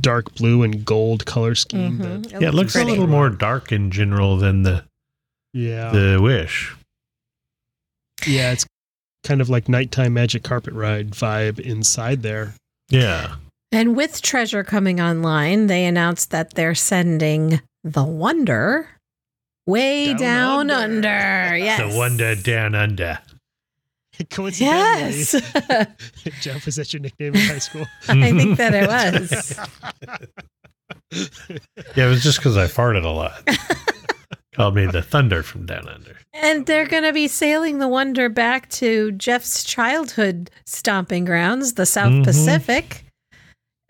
E: dark blue and gold color scheme
D: Mhm.
E: that,
C: yeah, it looks
E: pretty.
C: a little more dark in general than the
E: yeah
C: the wish.
E: yeah it's kind of like nighttime magic carpet ride vibe inside there *laughs*
C: Yeah,
D: And with Treasure coming online, they announced that they're sending the Wonder way
E: Down
D: down,
E: under.
D: under. *laughs* Yes.
C: the wonder down under.
E: coincidentally
D: Yes. *laughs* I
E: *laughs* jeff was that your nickname in high school
D: think that it *laughs* was.
C: Yeah, it was just because I farted a
D: *laughs*
C: lot. Called me the thunder from down under.
D: And they're going to be sailing the Wonder back to Jeff's childhood stomping grounds, the South
C: Mhm.
D: Pacific.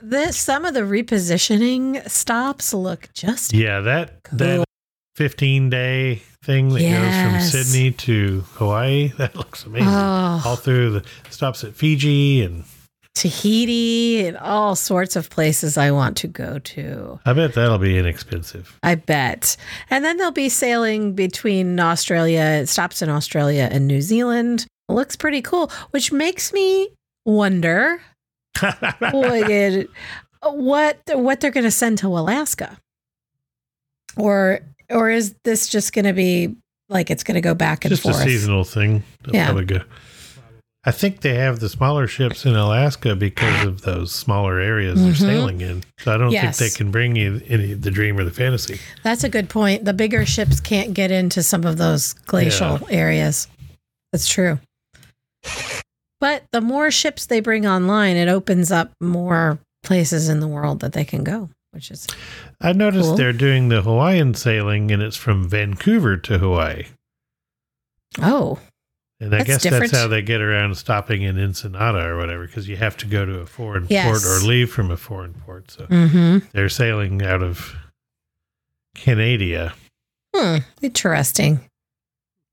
D: This, some of the repositioning stops look just
C: Yeah, that that
D: Cool.
C: fifteen day thing that
D: Yes.
C: goes from Sydney to Hawaii *laughs* that looks amazing. All
D: oh,
C: through the stops at Fiji and
D: Tahiti and all sorts of places I want to go to.
C: I bet that'll be inexpensive.
D: I bet. And then they'll be sailing between Australia, it stops in Australia and New Zealand. Looks pretty cool, which makes me
C: *laughs*
D: wonder what what, what they're going to send to Alaska. Or or is this just going to be like it's going to go back and
C: just
D: forth?
C: a seasonal thing. They'll
D: Yeah.
C: probably go. I think they have the smaller ships in Alaska because of those smaller areas they're
D: Mhm.
C: sailing in. So I don't
D: Yes.
C: think they can bring you any the dream or the fantasy.
D: That's a good point. The bigger ships can't get into some of those glacial areas. That's true. But the more ships they bring online, it opens up more places in the world that they can go, which is
C: I noticed
D: Cool.
C: they're doing the Hawaiian sailing, and it's from Vancouver to Hawaii.
D: oh,
C: And I
D: That's
C: guess
D: different.
C: that's how they get around stopping in Ensenada or whatever, because you have to go to a foreign
D: Yes.
C: port or leave from a foreign port. So
D: Mm-hmm.
C: they're sailing out of Canada.
D: Hmm. Interesting.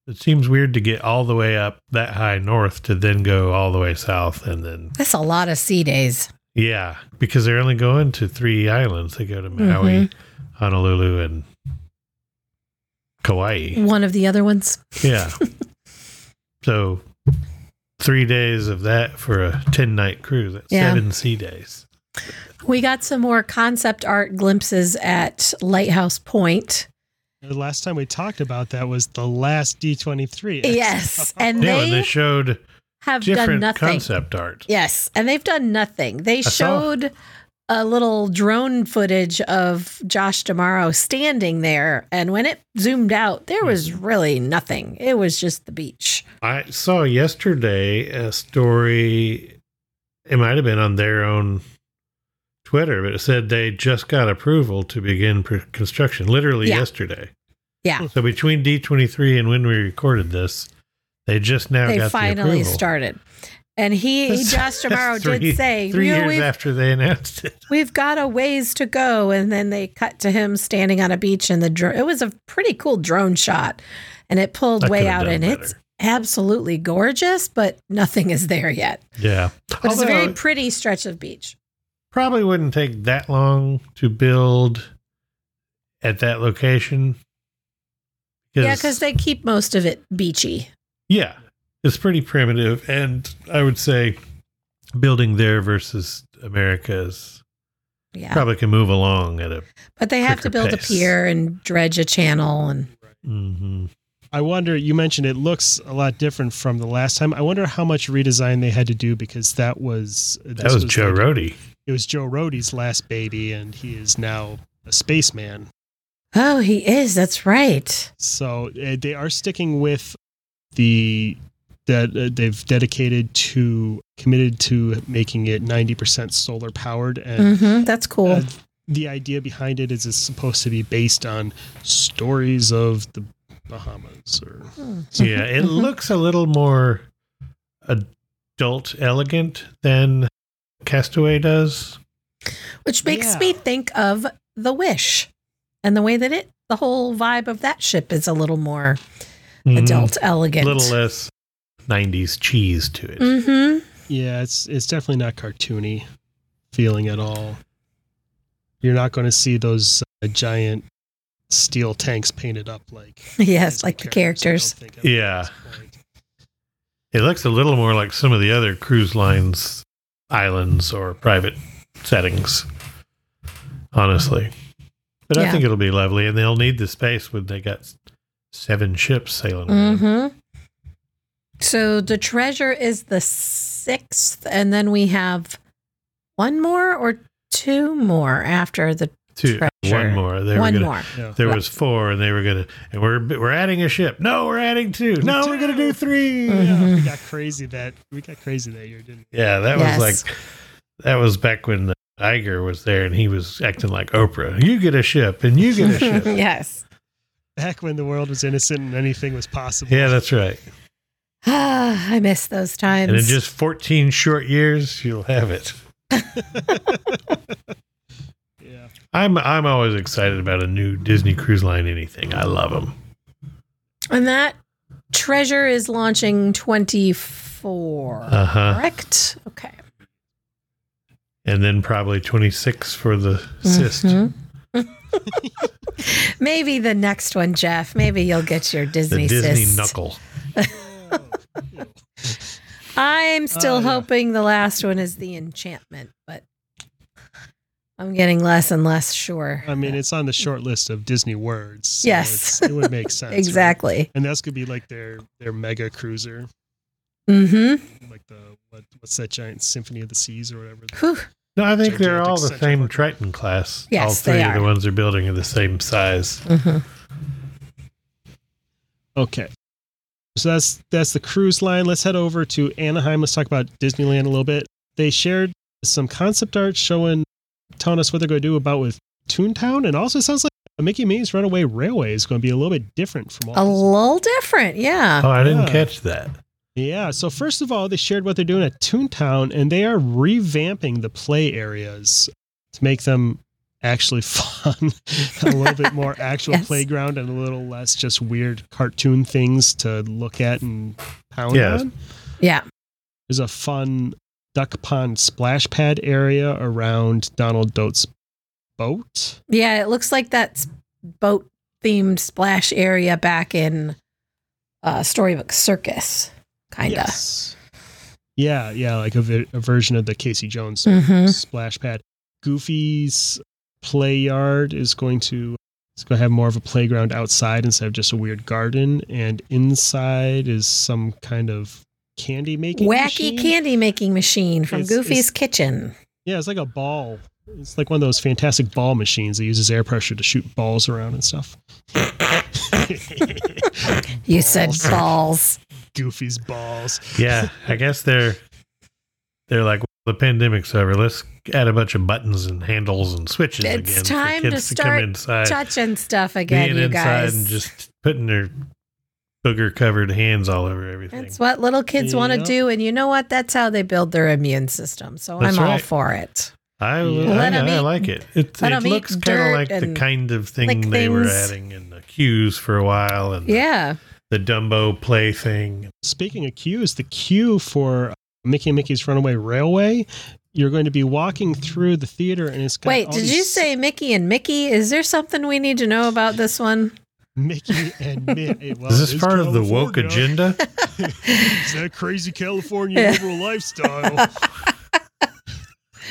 C: It seems weird to get all the way up that high north to then go all the way south and then
D: That's a lot of sea days.
C: yeah, because they're only going to three islands. They go to Maui,
D: Mm-hmm.
C: Honolulu, and Kauai.
D: One of the other ones. *laughs*
C: Yeah. so three days of that for a ten night cruise. That's
D: Yeah.
C: seven sea days.
D: We got some more concept art glimpses at Lighthouse Point.
E: The last time we talked about that was the last D23.
D: Yes. And
C: yeah,
D: they,
C: and they showed
D: have done
C: different
D: nothing.
C: concept art.
D: Yes. And they've done nothing. They
C: saw-
D: showed a little drone footage of Josh Damaro standing there. And when it zoomed out, there was
C: Hmm.
D: really nothing. It was just the beach.
C: I saw yesterday a story. It might have been on their own Twitter, but it said they just got approval to begin pr- construction literally
D: Yeah.
C: yesterday.
D: Yeah.
C: So between D23 and when we recorded this, they just now
D: they
C: got the
D: finally
C: approval. *laughs*
D: started. And he, he
C: That's- *laughs*
D: Josh Damaro
C: three-
D: did say,
C: three
D: you know,
C: years
D: we've,
C: after they announced it.
D: we've got a ways to go. And then they cut to him standing on a beach and the drone. It was a pretty cool drone shot and it pulled
C: I
D: way
C: could've
D: out
C: done
D: and
C: better.
D: it's absolutely gorgeous, but nothing is there yet.
C: Yeah,
D: But it's a
C: Although
D: very
C: it
D: pretty stretch of beach.
C: probably wouldn't take that long to build at that location.
D: Yeah, because they keep most of it beachy.
C: Yeah, it's pretty primitive, and I would say building there versus America is
D: Yeah.
C: probably can move along at a.
D: But they have to
C: quicker
D: build
C: pace.
D: a pier and dredge a channel and
C: Mhm.
E: I wonder, you mentioned it looks a lot different from the last time. I wonder how much redesign they had to do because that was.
C: That was Joe Rody.
E: It was Joe Rohde's last baby, and he is now a spaceman.
D: Oh, he is. That's right.
E: So uh, they are sticking with the that uh, they've dedicated to committed to making it 90% solar powered and
D: hmm That's cool.
E: uh,
D: Mm-hmm.
E: the idea behind it is it's supposed to be based on stories of the Bahamas or
D: Hmm.
C: Yeah, it looks a little more adult, elegant than Castaway does.
D: Which makes
E: Yeah.
D: me think of The Wish and the way that it, the whole vibe of that ship is a little more
C: Mhm.
D: adult,
C: a
D: elegant.
C: little less '90s cheese to it.
D: hmm
E: yeah, it's it's definitely not cartoony feeling at all. You're not going to see those uh, giant steel tanks painted up like
D: Yes, like the characters.
E: I don't think at
C: Yeah.
E: this point.
C: It looks a little more like some of the other cruise lines, islands, or private settings, honestly. But I
D: Yeah.
C: think it'll be lovely, and they'll need the space when they got seven ships sailing around.
D: Mm-hmm. So the treasure is the sixth, and then we have one more or two more after the
C: Two,
D: Treasure.
C: one more. They
D: one
C: were gonna,
D: more.
E: Yeah.
C: There was four, and they were gonna, and we're we're adding a ship. No, we're adding two. No, we we're gonna do 3
E: Yeah,
D: *laughs*
E: we
D: Mhm.
E: got crazy that we got crazy that year, didn't
C: Yeah, that
D: Yes.
C: was like that was back when the Iger was there, and he was acting like Oprah. You get a ship, and you get
D: *laughs*
C: a ship.
D: yes.
E: we? Back when the world was innocent and anything was possible.
C: Yeah, that's right.
D: Ah, I miss those times.
C: And in just 14 short years, you'll have it.
E: Yeah.
C: I'm I'm always excited about a new Disney Cruise Line anything. I love them.
D: And that treasure is launching 24,
C: Uh huh.
D: correct? Okay.
C: And then probably 26 for the cyst. *laughs*
D: Mhm. Maybe the next one, Jeff. Maybe you'll get your
C: The
D: Disney,
C: Disney
D: cyst.
C: knuckle.
D: I'm still
E: Oh, yeah.
D: hoping the last one is the enchantment, but I'm getting less and less sure.
E: I mean, it's on the short list of Disney words. so
D: Yes.
E: it's- it
D: *laughs*
E: would make sense. right?
D: exactly.
E: And that's gonna be like their their mega cruiser,
D: Mm-hmm.
E: like the what what's that giant Symphony of the Seas or whatever.
D: Whew.
C: No, I think they're all the
E: Gigantic
C: same
E: centipede.
C: Triton class.
D: Yes,
C: all three
D: they
C: of the
D: are.
C: ones they're building are the same size.
D: Mhm.
E: Okay. So that's that's the cruise line. Let's head over to Anaheim. Let's talk about Disneyland a little bit. They shared some concept art showing telling us what they're going to do about with Toontown and also it sounds like Mickey Mae's Runaway Railway is going to be a little bit different from all
D: A little different, yeah.
C: Oh, I didn't
E: Yeah.
C: catch that.
E: Yeah. So first of all, they shared what they're doing at Toontown, and they are revamping the play areas to make them actually *laughs* fun, a little bit more actual
D: Yes.
E: playground, and a little less just weird cartoon things to look at and pound
C: Yeah.
E: on.
D: Yeah.
E: There's a fun duck pond splash pad area around Donald Dote's boat.
D: Yeah. It looks like that boat themed splash area back in uh, Storybook Circus, kind of.
E: Yes. Yeah, yeah, like a, vi- a version of the Casey Jones
D: Mhm.
E: splash pad. Goofy's play yard is going to it's going to have more of a playground outside instead of just a weird garden, and inside is some kind of candy making
D: Wacky
E: machine.
D: candy making machine from
E: It's-
D: Goofy's
E: it's-
D: Kitchen.
E: Yeah, it's like a ball. It's like one of those fantastic ball machines that uses air pressure to shoot balls around
D: *laughs*
E: and stuff.
D: You said
E: Balls.
D: balls.
E: Goofy's balls.
C: Yeah, I guess they're they're like the pandemic's over. Let's add a bunch of buttons and handles and switches
D: It's
C: again
D: time
C: for
D: to
C: kids to, come
D: start
C: inside,
D: Touching stuff again,
C: being
D: you
C: inside,
D: guys.
C: and just putting their booger covered hands all over everything.
D: That's what little kids want to
E: Yep.
D: do. And you know what? That's how they build their immune system. So
C: That's
D: I'm all
C: right.
D: for it.
C: I,
D: Let
C: I,
D: 'em
C: I
D: eat-
C: like it. It,
D: let
C: it
D: 'em eat
C: looks kind
D: dirt
C: of like the
D: and
C: kind of
D: lick
C: thing they were
D: things.
C: adding in the queues for a while, and
D: Yeah.
C: the Dumbo play thing.
E: Speaking of queues, the queue for Mickey and Mickey's Runaway Railway, you're going to be walking through the theater and it's got
D: Wait,
E: all
D: did
E: these
D: you say Mickey and Mickey? Is there something we need to know about this one?
E: Mickey
D: *laughs*
E: and Mickey? Well,
C: Is this
E: it's
C: part of the woke
E: California. *laughs*
C: agenda?
E: It's that crazy California
D: Yeah. *laughs*
E: liberal lifestyle.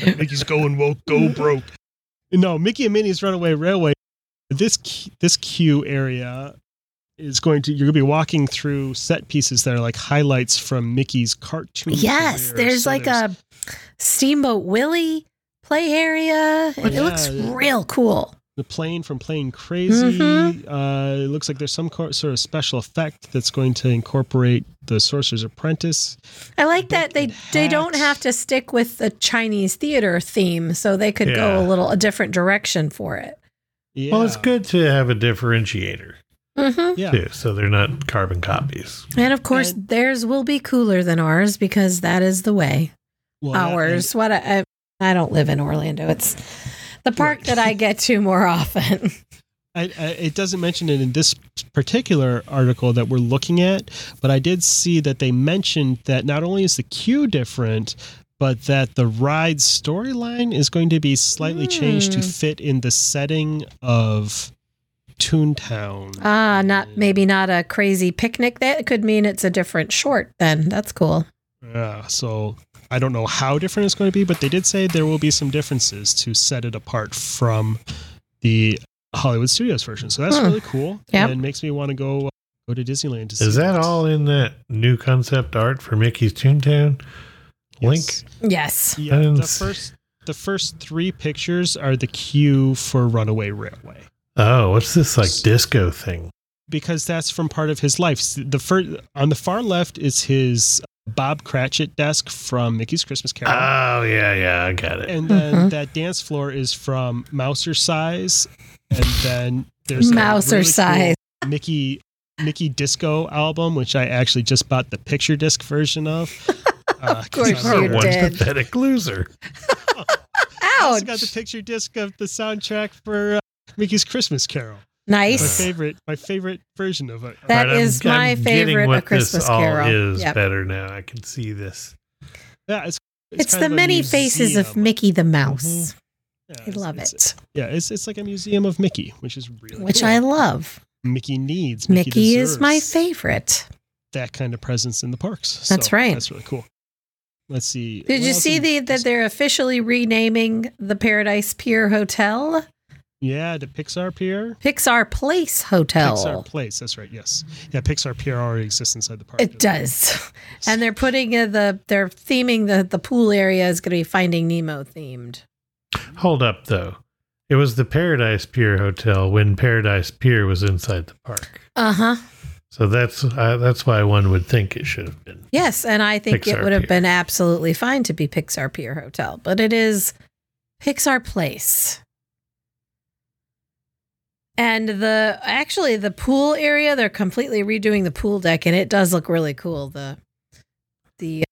E: Mickey's going woke, go broke. No, Mickey and Minnie's Runaway Railway. This que- this queue area is going to you're going to be walking through set pieces that are like highlights from Mickey's *laughs* cartoon.
D: Yes.
E: career.
D: There's
E: So
D: like a Steamboat Willie play area.
E: Oh,
D: It looks
E: yeah.
D: real cool.
E: the plane from playing crazy
D: Mhm.
E: uh, it looks like there's some cor- sort of special effect that's going to incorporate the sorcerer's apprentice
D: I like that they
E: Bucket
D: they don't
E: hats.
D: have to stick with the Chinese theater theme, so they could go
C: Yeah.
D: a little a different direction for it.
E: yeah.
C: Well, it's good to have a differentiator
D: hmm
E: yeah
C: too, so they're not carbon copies.
D: And of course, theirs will be cooler than ours because that is the way.
E: Well, that-
D: ours. What I, I I don't live in Orlando. It's the park
E: Right.
D: that I get to more often. *laughs*
E: I, I, it doesn't mention it in this particular article that we're looking at, but I did see that they mentioned that not only is the queue different, but that the ride storyline is going to be slightly changed to
D: Hmm.
E: fit in the setting of Toontown.
D: Ah, not maybe not a crazy picnic. That could mean it's a different short. Then that's cool.
E: Yeah, so I don't know how different it's going to be, but they did say there will be some differences to set it apart from the Hollywood Studios version. So that's
D: Hmm.
E: really cool,
D: Yep.
E: and makes me want to go uh, go to Disneyland. To
C: Is
E: see
C: that
E: it.
C: all in that new concept art for Mickey's Toontown? Link?
E: Yes.
D: Yes.
E: Yeah,
C: I didn't
E: the
C: s-
E: first the first three pictures are the queue for Runaway Railway
C: Oh, what's this like disco thing?
E: because that's from part of his life. S- The first on the far left is his Bob Cratchit desk from Mickey's Christmas Carol.
D: Uh,
C: Oh yeah, yeah, I got it.
E: and then
D: Mhm.
E: that dance floor is from Mouser Size, and then there's a
D: Mouser
E: really
D: Size.
E: cool Mickey Mickey Disco album, which I actually just bought the picture disc
D: *laughs*
E: version of. Uh, 'cause
D: course
E: I was
C: Our
D: you
E: like,
C: one
D: did.
C: pathetic loser.
E: I
D: Ouch.
E: also got the picture disc of the soundtrack for uh, Mickey's Christmas Carol. My
D: nice.
E: favorite, my favorite version of it.
D: That
C: But I'm-
D: is
C: I'm
D: my
C: getting
D: favorite.
C: what
D: A Christmas
C: this all
D: Carol.
C: is
D: Yep.
C: better now. I can see this.
E: yeah, it's
D: It's,
E: kind
D: the
E: of a
D: many faces of
E: museum.
D: Mickey the
E: Mhm.
D: Mouse.
C: Mm-hmm.
E: Yeah,
D: I
E: it's-
D: love
E: it's-
D: it,
E: Yeah, it's it's like a museum of Mickey, which is really
D: which
E: cool.
D: I love.
E: Mickey needs.
D: Mickey, is
E: deserves
D: my favorite.
E: That kind of presence in the parks.
D: That's right.
E: That's really cool. Let's see.
D: Did
E: what
D: you
E: else
D: see
E: in-
D: the that they're officially renaming the Paradise Pier Hotel
E: Yeah, the Pixar Pier.
D: Pixar Place Hotel?
E: Pixar Place. That's right. Yes. Yeah, Pixar Pier already exists inside the park.
D: It does, *laughs* and they're putting in the they're theming the the pool area is going to be Finding Nemo themed.
C: Hold up though. It was the Paradise Pier Hotel when Paradise Pier was inside the park.
D: Uh huh.
C: So that's uh, that's why one would think it should have been.
D: Yes, and I think it
C: Pixar
D: would have
C: Pier.
D: been absolutely fine to be Pixar Pier Hotel, but it is Pixar Place. And the actually the pool area, they're completely redoing the pool deck and it does look really cool. The the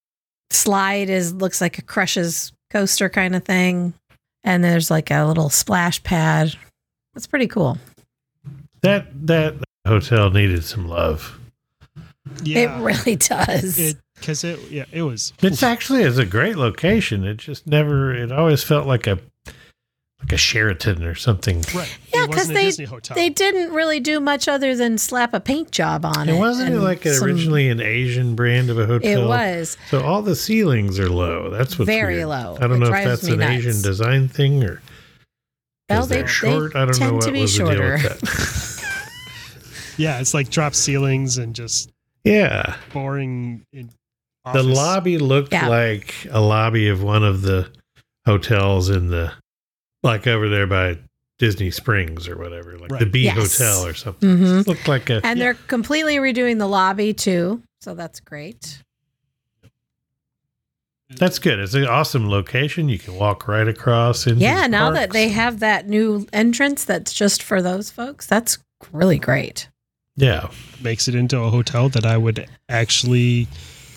D: slide is looks like a crushes coaster kind of thing, and there's like a little splash pad. That's pretty cool.
C: That that hotel needed some love.
E: Yeah.
D: It really *laughs* does.
E: It because it, yeah it was
C: It's actually is a great location. It just never. It always felt like a like a Sheraton or something.
E: right.
D: Yeah,
E: It wasn't
D: 'cause
E: a
D: they-
E: Disney hotel.
D: they didn't really do much other than slap a paint job on it.
C: It wasn't it
D: and
C: like
D: some-
C: originally an Asian brand of a hotel.
D: It was.
C: So all the ceilings are low. That's what's
D: Very
C: weird.
D: low.
C: I don't
D: It
C: know if
D: drives
C: that's
D: me
C: an
D: nuts.
C: Asian design thing or
D: Well,
C: is
D: they,
C: they're short.
D: they
C: I don't
D: tend
C: know what
D: to be
C: was
D: shorter.
C: the deal with that. *laughs*
E: yeah, it's like drop ceilings and just
C: yeah,
E: boring. In
C: the
E: office.
C: lobby looked
D: Yeah.
C: like a lobby of one of the hotels in the like over there by Disney Springs or whatever, like the
E: Right.
C: B
D: Yes.
C: Hotel or something.
D: hmm
C: Looked like a
D: *laughs* And
E: Yeah.
D: they're completely redoing the lobby too, so that's great.
C: That's good. It's an awesome location. You can walk right across. Into
D: yeah,
C: the
D: now that
C: parks.
D: they have that new entrance that's just for those folks, that's really great.
C: Yeah.
E: makes it into a hotel that I would actually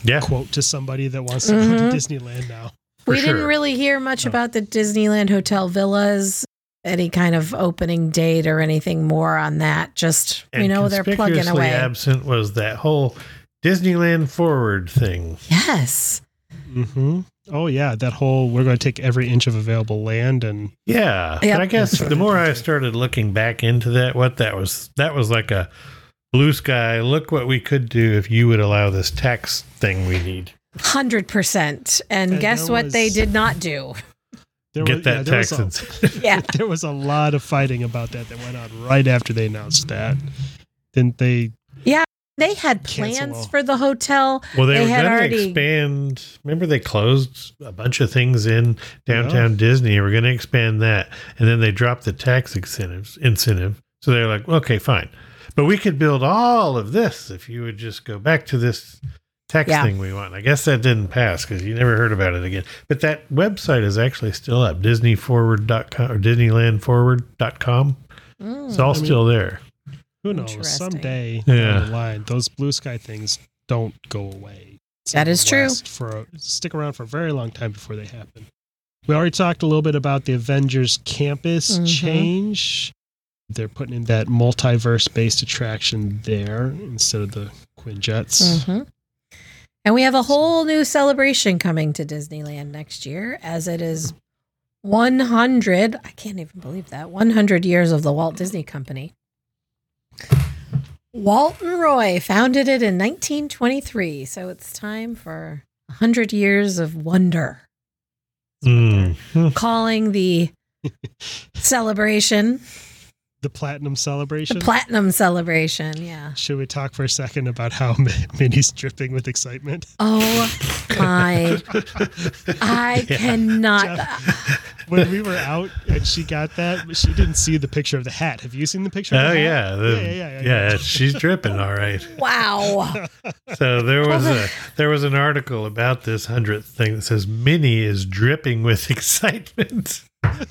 C: Yeah.
E: quote to somebody that wants to go
D: Mhm.
E: to Disneyland now.
C: For
D: we
C: sure.
D: didn't really hear much
E: No.
D: about the Disneyland Hotel Villas, any kind of opening date or anything more on that. Just we
C: And
D: know they're plugging
C: conspicuously
D: away.
C: absent was that whole Disneyland forward thing.
D: yes.
E: Mm-hmm. Oh yeah, that whole we're going to take every inch of available land and
C: Yeah.
D: Yep.
C: But I guess the more I started looking back into that, what that was, that was like a blue sky. Look what we could do if you would allow this tax thing we need.
D: Hundred percent. And
E: And
D: guess
E: there
D: what they
E: was-
D: did not
E: *laughs*
D: do.
E: there
C: Get
E: was, yeah,
C: that
E: there was
C: tax.
E: a-
C: ins-
D: Yeah.
E: *laughs* there was a lot of fighting about that that went on right after they announced that. Didn't they?
D: They had
E: Cancel all.
D: plans for the hotel.
C: well, they,
D: They
C: were
D: had
C: going to
D: already-
C: expand. Remember, they closed a bunch of things in downtown Disney. They We're going to expand that, and then they dropped the tax incentives incentive. So they're like, okay, fine, but we could build all of this if you would just go back to this tax
D: Yeah.
C: thing we want. I guess that didn't pass because you never heard about it again. But that website is actually still up: DisneyForward.com or DisneylandForward.com.
D: Mm.
C: It's all
E: I mean-
C: still there.
E: Who knows?
D: Interesting.
E: Someday
C: Yeah.
E: down the line, those blue sky things don't go away. It's
D: That
E: in
D: is
E: the
D: true.
E: West For a, stick around for a very long time before they happen. We already talked a little bit about the Avengers campus
D: Mhm.
E: change. They're putting in that multiverse-based attraction there instead of the Quinjets.
D: Mhm. And we have a whole new celebration coming to Disneyland next year as it is 100, I can't even believe that, 100 years of the Walt Disney Company. Walton Roy founded it in 1923, so it's time for 100 years of
E: *laughs*
D: wonder.
C: Mm.
D: Calling the celebration
E: The Platinum Celebration.
D: the Platinum Celebration, yeah.
E: Should we talk for a second about how *laughs* Mi- Minnie's dripping with excitement?
D: Oh my, I
C: Yeah.
D: cannot.
E: When we were out and she got that, but she didn't see the picture of the hat. Have you seen the picture? of
C: Oh
E: the hat?
C: yeah, the-
E: yeah, yeah, yeah,
C: yeah.
E: yeah.
C: She's dripping. All right.
D: Wow.
C: So
D: *laughs*
C: there was
D: the-
C: a there was an article about this hundredth thing that says Minnie is dripping with *laughs* excitement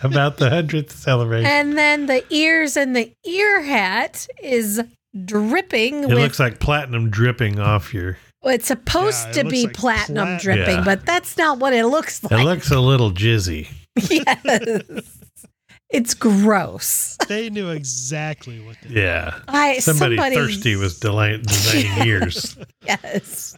C: about the hundredth celebration.
D: And then the ears and the ear hat is dripping
C: it
D: with
C: looks like platinum dripping off your.
D: well, it's supposed
E: Yeah,
D: to
E: it looks
D: be
E: like
D: platinum
E: plat-
D: dripping,
C: Yeah.
D: but that's not what it looks
C: It
D: like.
C: looks a little jizzy.
D: *laughs* yes. It's gross.
E: They knew exactly what. They
C: Yeah,
D: I
C: somebody,
D: somebody,
C: thirsty was deli-
D: *laughs*
C: designing ears.
D: Yes.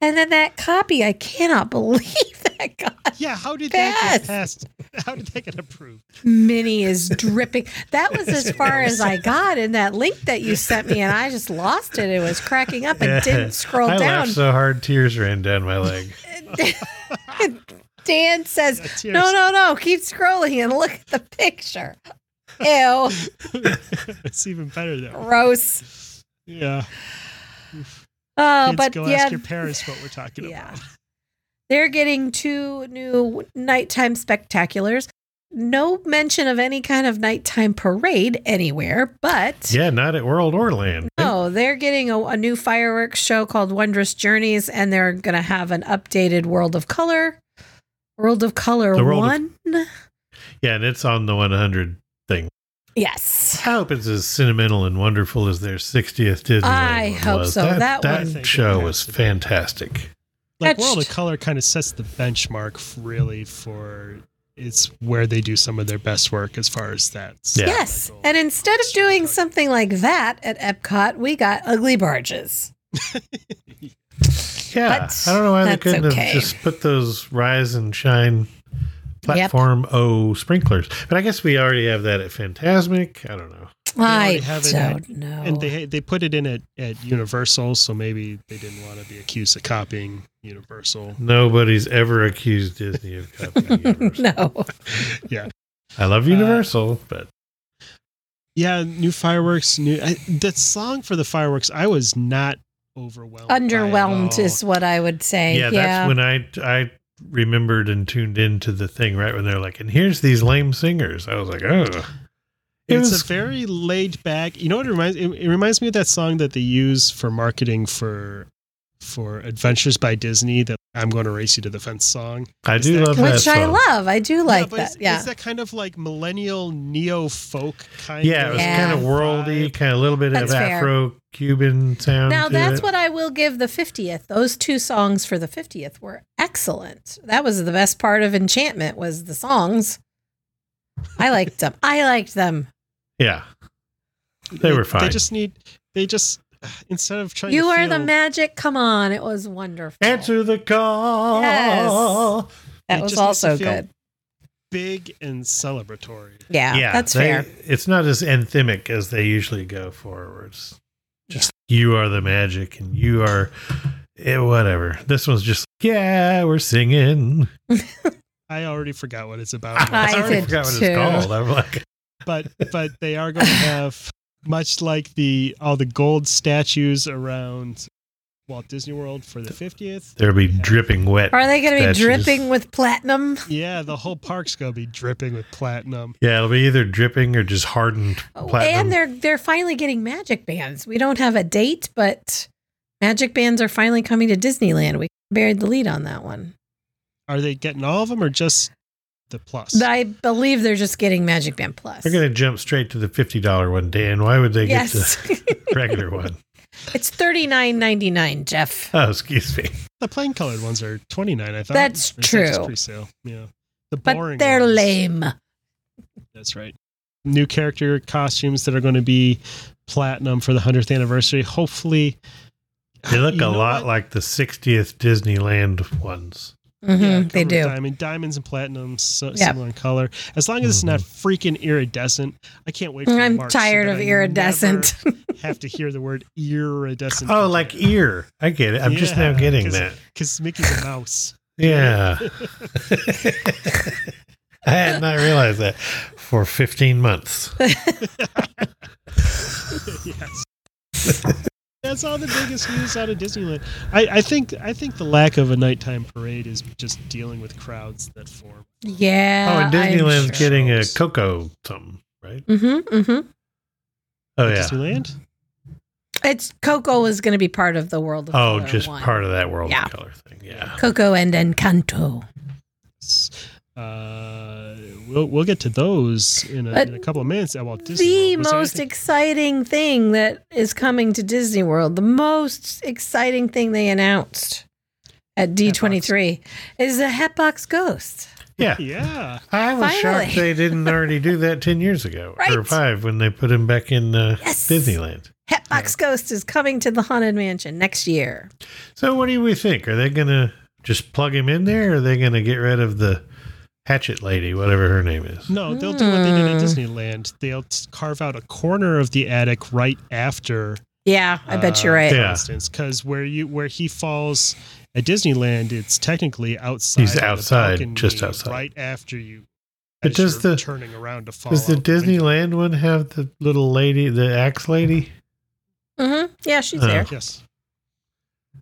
D: And then that copy, I cannot believe *laughs* that got
E: Yeah, how did that get
D: Yes.
E: passed? *laughs* How did that get approved?
D: mini is dripping. That was as far as I got in that link that you sent me, and I just lost it. It was cracking up and
E: *laughs*
D: didn't scroll
C: I
D: down.
C: laughed so hard tears ran down my
D: *laughs*
C: leg.
D: Dan says,
E: Yeah, Uh, tears.
D: "No, no, no! Keep scrolling and look at the picture." Ew,
E: *laughs* it's even better though.
D: gross.
E: Yeah.
D: Oh,
E: Kids,
D: but
E: go
D: yeah,
E: ask your parents what we're talking
D: yeah.
E: about.
D: They're getting two new nighttime spectaculars. No mention of any kind of nighttime parade anywhere, but
C: yeah, not at World or Land.
D: no, Oh, they're getting a, a new fireworks show called Wondrous Journeys, and they're going to have an updated World of Color. World of Color
C: The World of-
D: One.
C: Yeah, and it's on the 100 thing.
D: yes.
C: I hope it's as sentimental and wonderful as their 60th Disneyland.
D: I
C: one
D: hope
C: was.
D: so. That
C: that
E: one-
C: show was fantastic.
E: like World of
D: Etched.
E: Color kind of sets the benchmark f- really for it's where they do some of their best work as far as that.
C: Yeah.
D: Yes. And instead of doing something like that at Epcot, we got ugly barges.
C: Yeah,
D: But
C: I don't know why they
D: that's
C: couldn't
D: okay.
C: have just put those rise and shine platform O sprinklers. But I guess we already have that at Fantasmic. I don't know.
D: I
E: already have it
D: don't know.
E: And they they put it in at, at Universal, so maybe they didn't want to be accused of copying Universal.
C: Nobody's ever accused Disney
D: *laughs*
C: of copying *laughs* Universal.
D: *laughs* no.
C: I love Universal, but
E: Yeah, new fireworks, new I, that song for the fireworks. I was not overwhelmed. by at
D: Underwhelmed
E: all.
D: is what I would say.
C: yeah,
D: Yeah.
C: that's when I I remembered and tuned into the thing right when they're like, and here's these lame singers. I was like, oh, it
E: it's
C: was-
E: a very laid back. You know what it reminds it, it reminds me of that song that they use for marketing for for Adventures by Disney that I'm going to race you to the fence song.
C: I
E: Is
C: do
E: that-
C: love that
D: Which I
C: song.
D: love. I do like
E: but
D: that.
E: It's,
D: Yeah.
E: it's that kind of like millennial neo folk kind.
C: Yeah, it
E: of
C: was
D: Yeah.
C: kind of worldy,
E: vibe.
C: kind of a little bit
D: That's
C: of
D: fair.
C: Afro Cuban sound.
D: Now
C: to
D: that's
C: it.
D: what I will give the 50th. Those two songs for the 50th were excellent. That was the best part of Enchantment was the songs. I liked them. I liked them.
C: Yeah. They were fine.
E: They just need. They just *sighs* instead of *laughs* trying.
D: You
E: to
D: are
E: feel-
D: the magic. Come on. It was wonderful.
C: Answer the call.
D: Yes.
E: it
D: that was
E: just needs to
D: also
E: feel
D: good.
E: Big and celebratory.
D: Yeah, that's
C: they-
D: fair.
C: It's not as anthemic as they usually go forwards. Just you are the magic and you are eh, whatever. This one's just yeah, we're singing.
E: I already forgot what it's about.
D: *laughs* I
C: already
D: did
C: forgot what
D: too.
C: it's called. I'm like,
E: but but they
D: *laughs*
E: are going to have much like the all the gold statues around Walt Disney World for the 50th.
C: there'll be dripping wet.
D: Are they going to be
C: statues.
D: dripping with platinum?
E: Yeah, the whole park's going to be dripping with platinum.
C: Yeah, it'll be either dripping or just hardened
D: Oh,
C: platinum.
D: And they're they're finally getting magic bands. We don't have a date, but magic bands are finally coming to Disneyland. We buried the lead on that one.
E: Are they getting all of them or just the plus?
D: I believe they're just getting Magic Band Plus.
C: they're going to jump straight to the fifty dollar one, Dan. Why would they get
D: yes, *laughs*
C: the regular one?
D: it's thirty nine ninety nine, Jeff.
C: Oh, excuse me.
E: the plain colored ones are 29, I thought.
D: That's
E: Or is that just
D: true.
E: Pre-sale. Yeah. The boring
D: But they're
E: ones.
D: lame.
E: That's right. New character costumes that are going to be platinum for the 100th anniversary. Hopefully
C: They look
E: You know
C: a lot
E: what?
C: like the 60th Disneyland ones.
D: Mhm,
E: Yeah,
D: they
E: covered
D: do.
E: with Diamond, diamonds and platinums, so,
D: Yeah.
E: similar in color. As long as it's not
C: Mm-hmm.
E: freaking iridescent, I can't wait. For
D: I'm
E: March so
D: tired
E: that
D: of
E: I
D: iridescent.
E: never *laughs* have to hear the word iridescent.
C: Oh, like ear. I get it. I'm just now
E: Yeah,
C: getting
E: 'cause-
C: that.
E: because Mickey's a mouse.
C: Yeah. *laughs* I had not realized that for 15
D: *laughs*
C: months.
E: yes. That's all the biggest news out of Disneyland. I, I think I think the lack of a nighttime parade is just dealing with crowds that form.
D: yeah.
C: oh, and
D: I'm
C: Disneyland's
D: sure.
C: getting a cocoa something, right?
D: Mhm, mhm.
C: Oh, yeah.
E: Disneyland.
D: It's Coco is going to be part of the world. Of
C: Oh,
D: Color
C: just
D: one.
C: part of that world
D: Yeah.
C: of color thing. Yeah.
D: Coco and Encanto.
E: Uh, we'll we'll get to those in a,
D: But
E: in a couple of minutes at Walt
D: the
E: Disney. World. Was there
D: most
E: anything-
D: exciting thing that is coming to Disney World, the most exciting thing they announced at D23 is the Hatbox Ghost.
C: Yeah.
E: yeah.
C: I was
D: Finally.
C: shocked they didn't already do that 10 years
D: *laughs*
C: ago or
D: Right.
C: five when they put him back in uh,
D: Yes.
C: Disneyland.
D: Hatbox Ghost is coming to the Haunted Mansion next year.
C: So, what do we think? Are they going to just plug him in there or are they going to get rid of the hatchet lady, whatever her name is?
E: No, they'll do what they did at
D: Mm.
E: Disneyland. They'll t- carve out a corner of the attic right after.
D: Yeah, I bet you're
E: uh,
D: right.
E: For
C: Yeah.
E: instance, because where you where he falls at Disneyland, it's technically outside.
C: He's
E: on the
C: outside,
E: balcony
C: just outside.
E: right after you.
C: But
E: as
C: does
E: you're
C: the-
E: turning around to fall?
C: Does the
E: out window.
C: Disneyland one have the little lady, the axe lady?
D: hmm Yeah, she's
C: Oh.
D: there.
E: Yes.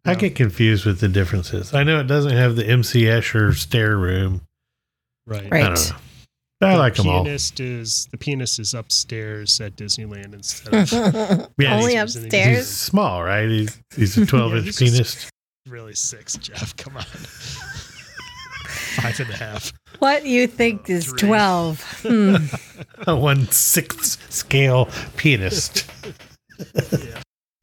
C: I
E: Yeah.
C: get confused with the differences. I know it doesn't have the MC Escher stair room.
E: Right.
D: Right.
C: I don't know. But I like them all. Yeah,
E: pianist Is, the pianist is upstairs at Disneyland
D: *laughs*
E: instead of
D: Only
C: he's,
E: he's- he's-
D: upstairs.
C: he's small, right? He's, he's
E: *laughs*
C: a 12
E: Yeah,
C: inch
E: he's just-
C: penis. *laughs*
E: really six, Jeff. *laughs* Come on. Five and a half.
D: What you think is
E: Three.
D: 12? Hmm.
C: A one sixth scale
E: *laughs*
C: penis.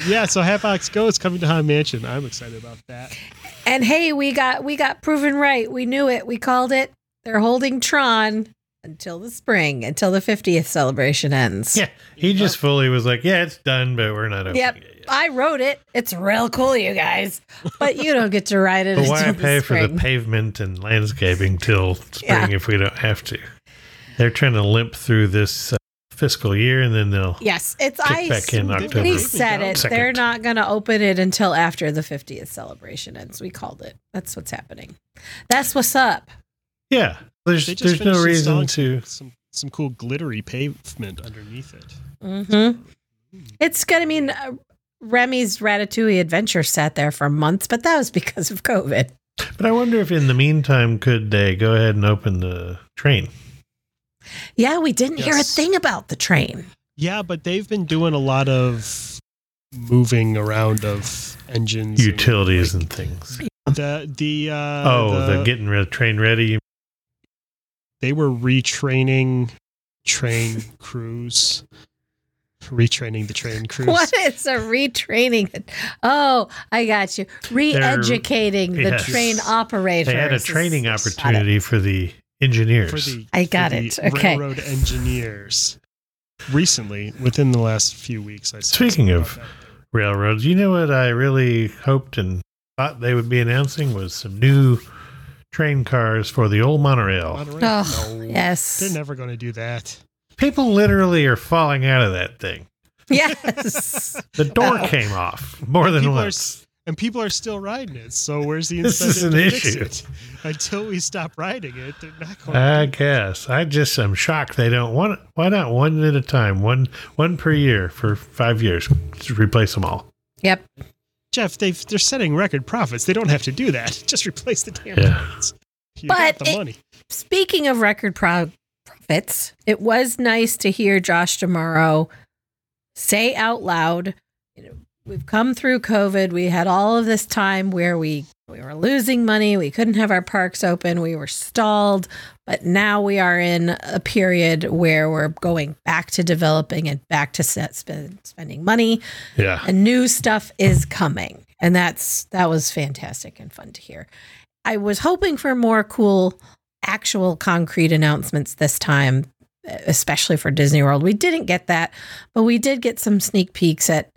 E: Yeah, so Half Ox Go is coming to Haunted Mansion. I'm excited about that.
D: And hey, we got we got proven right. We knew it. We called it. They're holding Tron until the spring, until the 50th celebration ends.
C: Yeah, he just fully was like, "Yeah, it's done, but we're not opening
D: Yep.
C: it
D: *laughs*
C: yet."
D: I wrote it. It's real cool, you guys. But you don't get to ride it
C: But
D: until
C: why pay
D: the
C: for the
D: spring.
C: pavement and landscaping till spring
D: Yeah.
C: if we don't have to? They're trying to limp through this uh, fiscal year, and then they'll
D: yes, it's
C: kick
D: I
C: back in October.
D: He
E: October
D: said it. they They're
C: 2nd.
D: not going to open it until after the 50th celebration ends. We called it. That's what's happening. That's what's up.
C: Yeah, there's
E: They just
C: there's no
E: finished
C: reason
E: installing
C: to.
E: some some cool glittery pavement underneath it.
D: hmm It's going to mean uh, Remy's Ratatouille adventure sat there for months, but that was because of COVID.
C: But I wonder if in the meantime, could they go ahead and open the train?
D: Yeah, we didn't hear a
E: Yes.
D: thing about the train.
E: Yeah, but they've been doing a lot of moving around of engines, and-
C: Utilities and things.
E: The Uh, the uh,
C: oh, the, getting rid train ready.
E: they were retraining
C: *laughs*
E: train crews, retraining the train
D: *laughs*
E: crews.
D: What is a retraining? Oh, I got you. Re-educating the
C: yes.
D: train Oh, operator.
C: They had a training opportunity for the
E: For
C: engineers.
E: the,
D: I got
E: for the
D: it. Okay.
E: Railroad engineers. Recently, within the last few weeks, I saw
C: Speaking
E: something
C: of-
E: about that.
C: railroads. You know what I really hoped and thought they would be announcing was some new train cars for the old monorail.
E: Monterey?
D: Oh,
E: No. They're
D: yes.
E: never going to do that.
C: People literally are falling out of that thing.
D: *laughs* Yes.
C: The door
E: *laughs*
C: came off more than
E: People are
C: once.
E: and people are still riding it. So where's
C: *laughs*
E: the
C: This
E: incentive
C: is an
E: to fix
C: issue.
E: it? Until we stop riding it, they're not going.
C: I
E: to
C: guess I just am shocked they don't want. Why not one at a time? One one per year for five years. Just replace them all.
D: yep.
E: Jeff, they've they're setting record profits. They don't have to do that. *laughs* Just replace the damn
C: Yeah.
E: things. You
D: But
E: got the
D: it-
E: money.
D: Speaking of record pro- profits, it was nice to hear Josh Tomorrow say out loud, you know, we've come through COVID. We had all of this time where we we were losing money. We couldn't have our parks open. We were stalled, but now we are in a period where we're going back to developing and back to set, spend, spending money
C: Yeah,
D: and new stuff is coming and that's that was fantastic and fun to hear i was hoping for more cool actual concrete announcements this time especially for disney world we didn't get that but we did get some sneak peeks at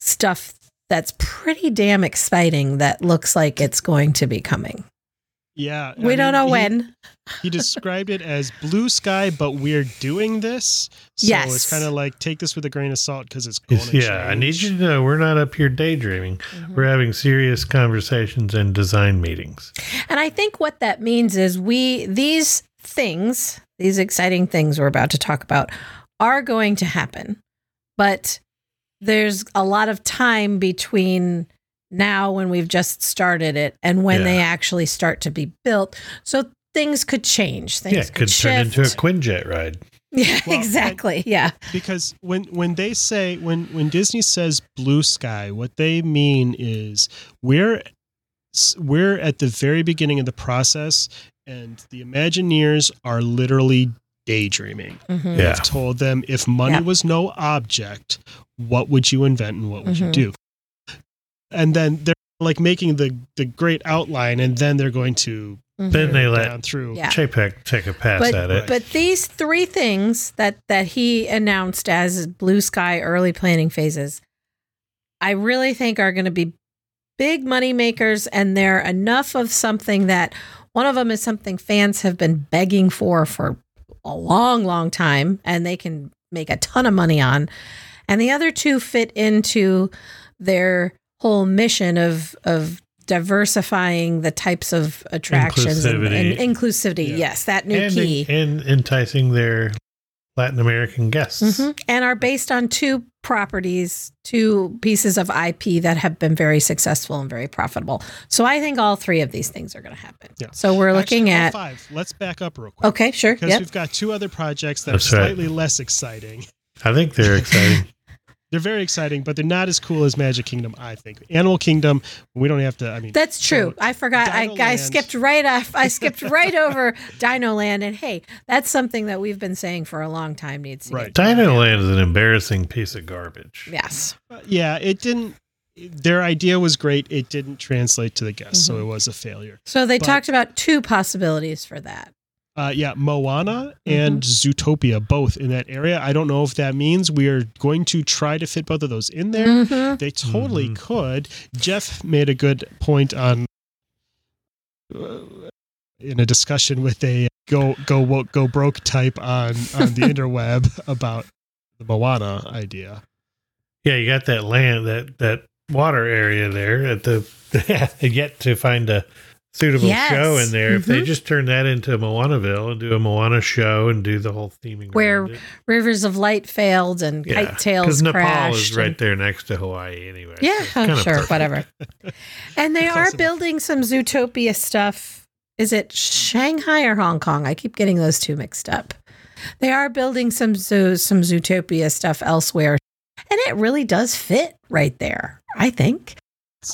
D: stuff that's pretty damn exciting that looks like it's going to be coming
E: Yeah, I
D: we don't
E: mean,
D: know
E: he-
D: when
E: he described it as blue sky, but we're doing this. So
D: Yes.
E: it's kind of like take this with a grain of salt because it's going
C: It's-
E: to
C: yeah. I need you to know we're not up here daydreaming.
D: Mhm.
C: We're having serious conversations and design meetings.
D: And I think what that means is we, these things, these exciting things we're about to talk about are going to happen. But there's a lot of time between now when we've just started it and when
C: Yeah.
D: they actually start to be built. So things could change. Things
C: yeah, it could turn into a
D: shift. *laughs*
C: Quinjet ride.
D: Yeah,
E: Well,
D: exactly. yeah.
E: because when when they say when when Disney says blue sky, what they mean is we're s- we're at the very beginning of the process, and the Imagineers are literally daydreaming.
D: Mhm.
C: Yeah.
E: I've told them if money
D: Yeah.
E: was no object, what would you invent and what would
D: Mhm.
E: you do? And then they're like making the the great outline, and then they're going to
D: Mhm.
C: Then they
E: tear it
C: let
E: down through.
D: Mm-hmm. Yeah.
C: Chapek take a pass
D: But-
C: at it.
D: But these three things that that he announced as blue sky early planning phases, I really think are going to be big money makers, and they're enough of something that one of them is something fans have been begging for for a long, long time, and they can make a ton of money on, and the other two fit into their whole mission of of diversifying the types of attractions and-
C: Inclusivity.
D: and, inclusivity
E: Yeah.
D: yes that new
C: and,
D: key
C: and enticing their Latin American guests.
D: Mhm. and are based on two properties, two pieces of IP that have been very successful and very profitable. So I think all three of these things are going to happen.
E: Yeah.
D: So we're looking
E: Actually, all
D: at
E: five. Let's back up real quick.
D: okay, sure,
E: Because
D: yep,
E: we've got two other projects that
C: That's
E: are
C: right.
E: slightly less exciting. *laughs*
D: Mm-hmm.
C: I think they're
D: *laughs*
C: exciting.
E: They're very exciting, but they're not as cool as Magic Kingdom, I think. Animal Kingdom, we don't have to. I mean,
D: that's true. I forgot. I, I
E: Dinoland.
D: skipped right off. I skipped right over Dinoland, and hey, that's something that we've been saying for a long time needs to
E: Right.
C: Dino Land is an embarrassing piece of garbage.
D: get. Yes.
E: yeah, it didn't. their idea was great. It didn't translate to the guests,
D: Mm-hmm.
E: so it was a failure.
D: So they
E: But-
D: talked about two possibilities for that.
E: Uh, yeah, Moana and Zootopia, both in that area. I don't know if that means we are going to try to fit both of those in there.
D: Mhm.
E: They totally
C: Mhm.
E: could. Jeff made a good point on uh, in a discussion with a go go woke go broke type on on the interweb about the Moana idea.
C: Yeah, you got that land, that that water area there. At the *laughs* they yet to find a suitable
D: Yes.
C: show in there. If they
D: Mhm.
C: just turn that into Moanaville and do a Moana show and do the whole theming,
D: Where
C: around it.
D: Rivers of Light failed and Kite Tails
C: because Nepal
D: crashed.
C: is right
D: and-
C: there next to Hawaii anyway. so
D: Yeah,
C: it's
D: I'm
C: kinda
D: sure,
C: perfect. *laughs*
D: whatever. And they
E: Close
D: are
E: enough.
D: building some Zootopia stuff. Is it Shanghai or Hong Kong? I keep getting those two mixed up. They are building some zoo, some Zootopia stuff elsewhere, and it really does fit right there. I think.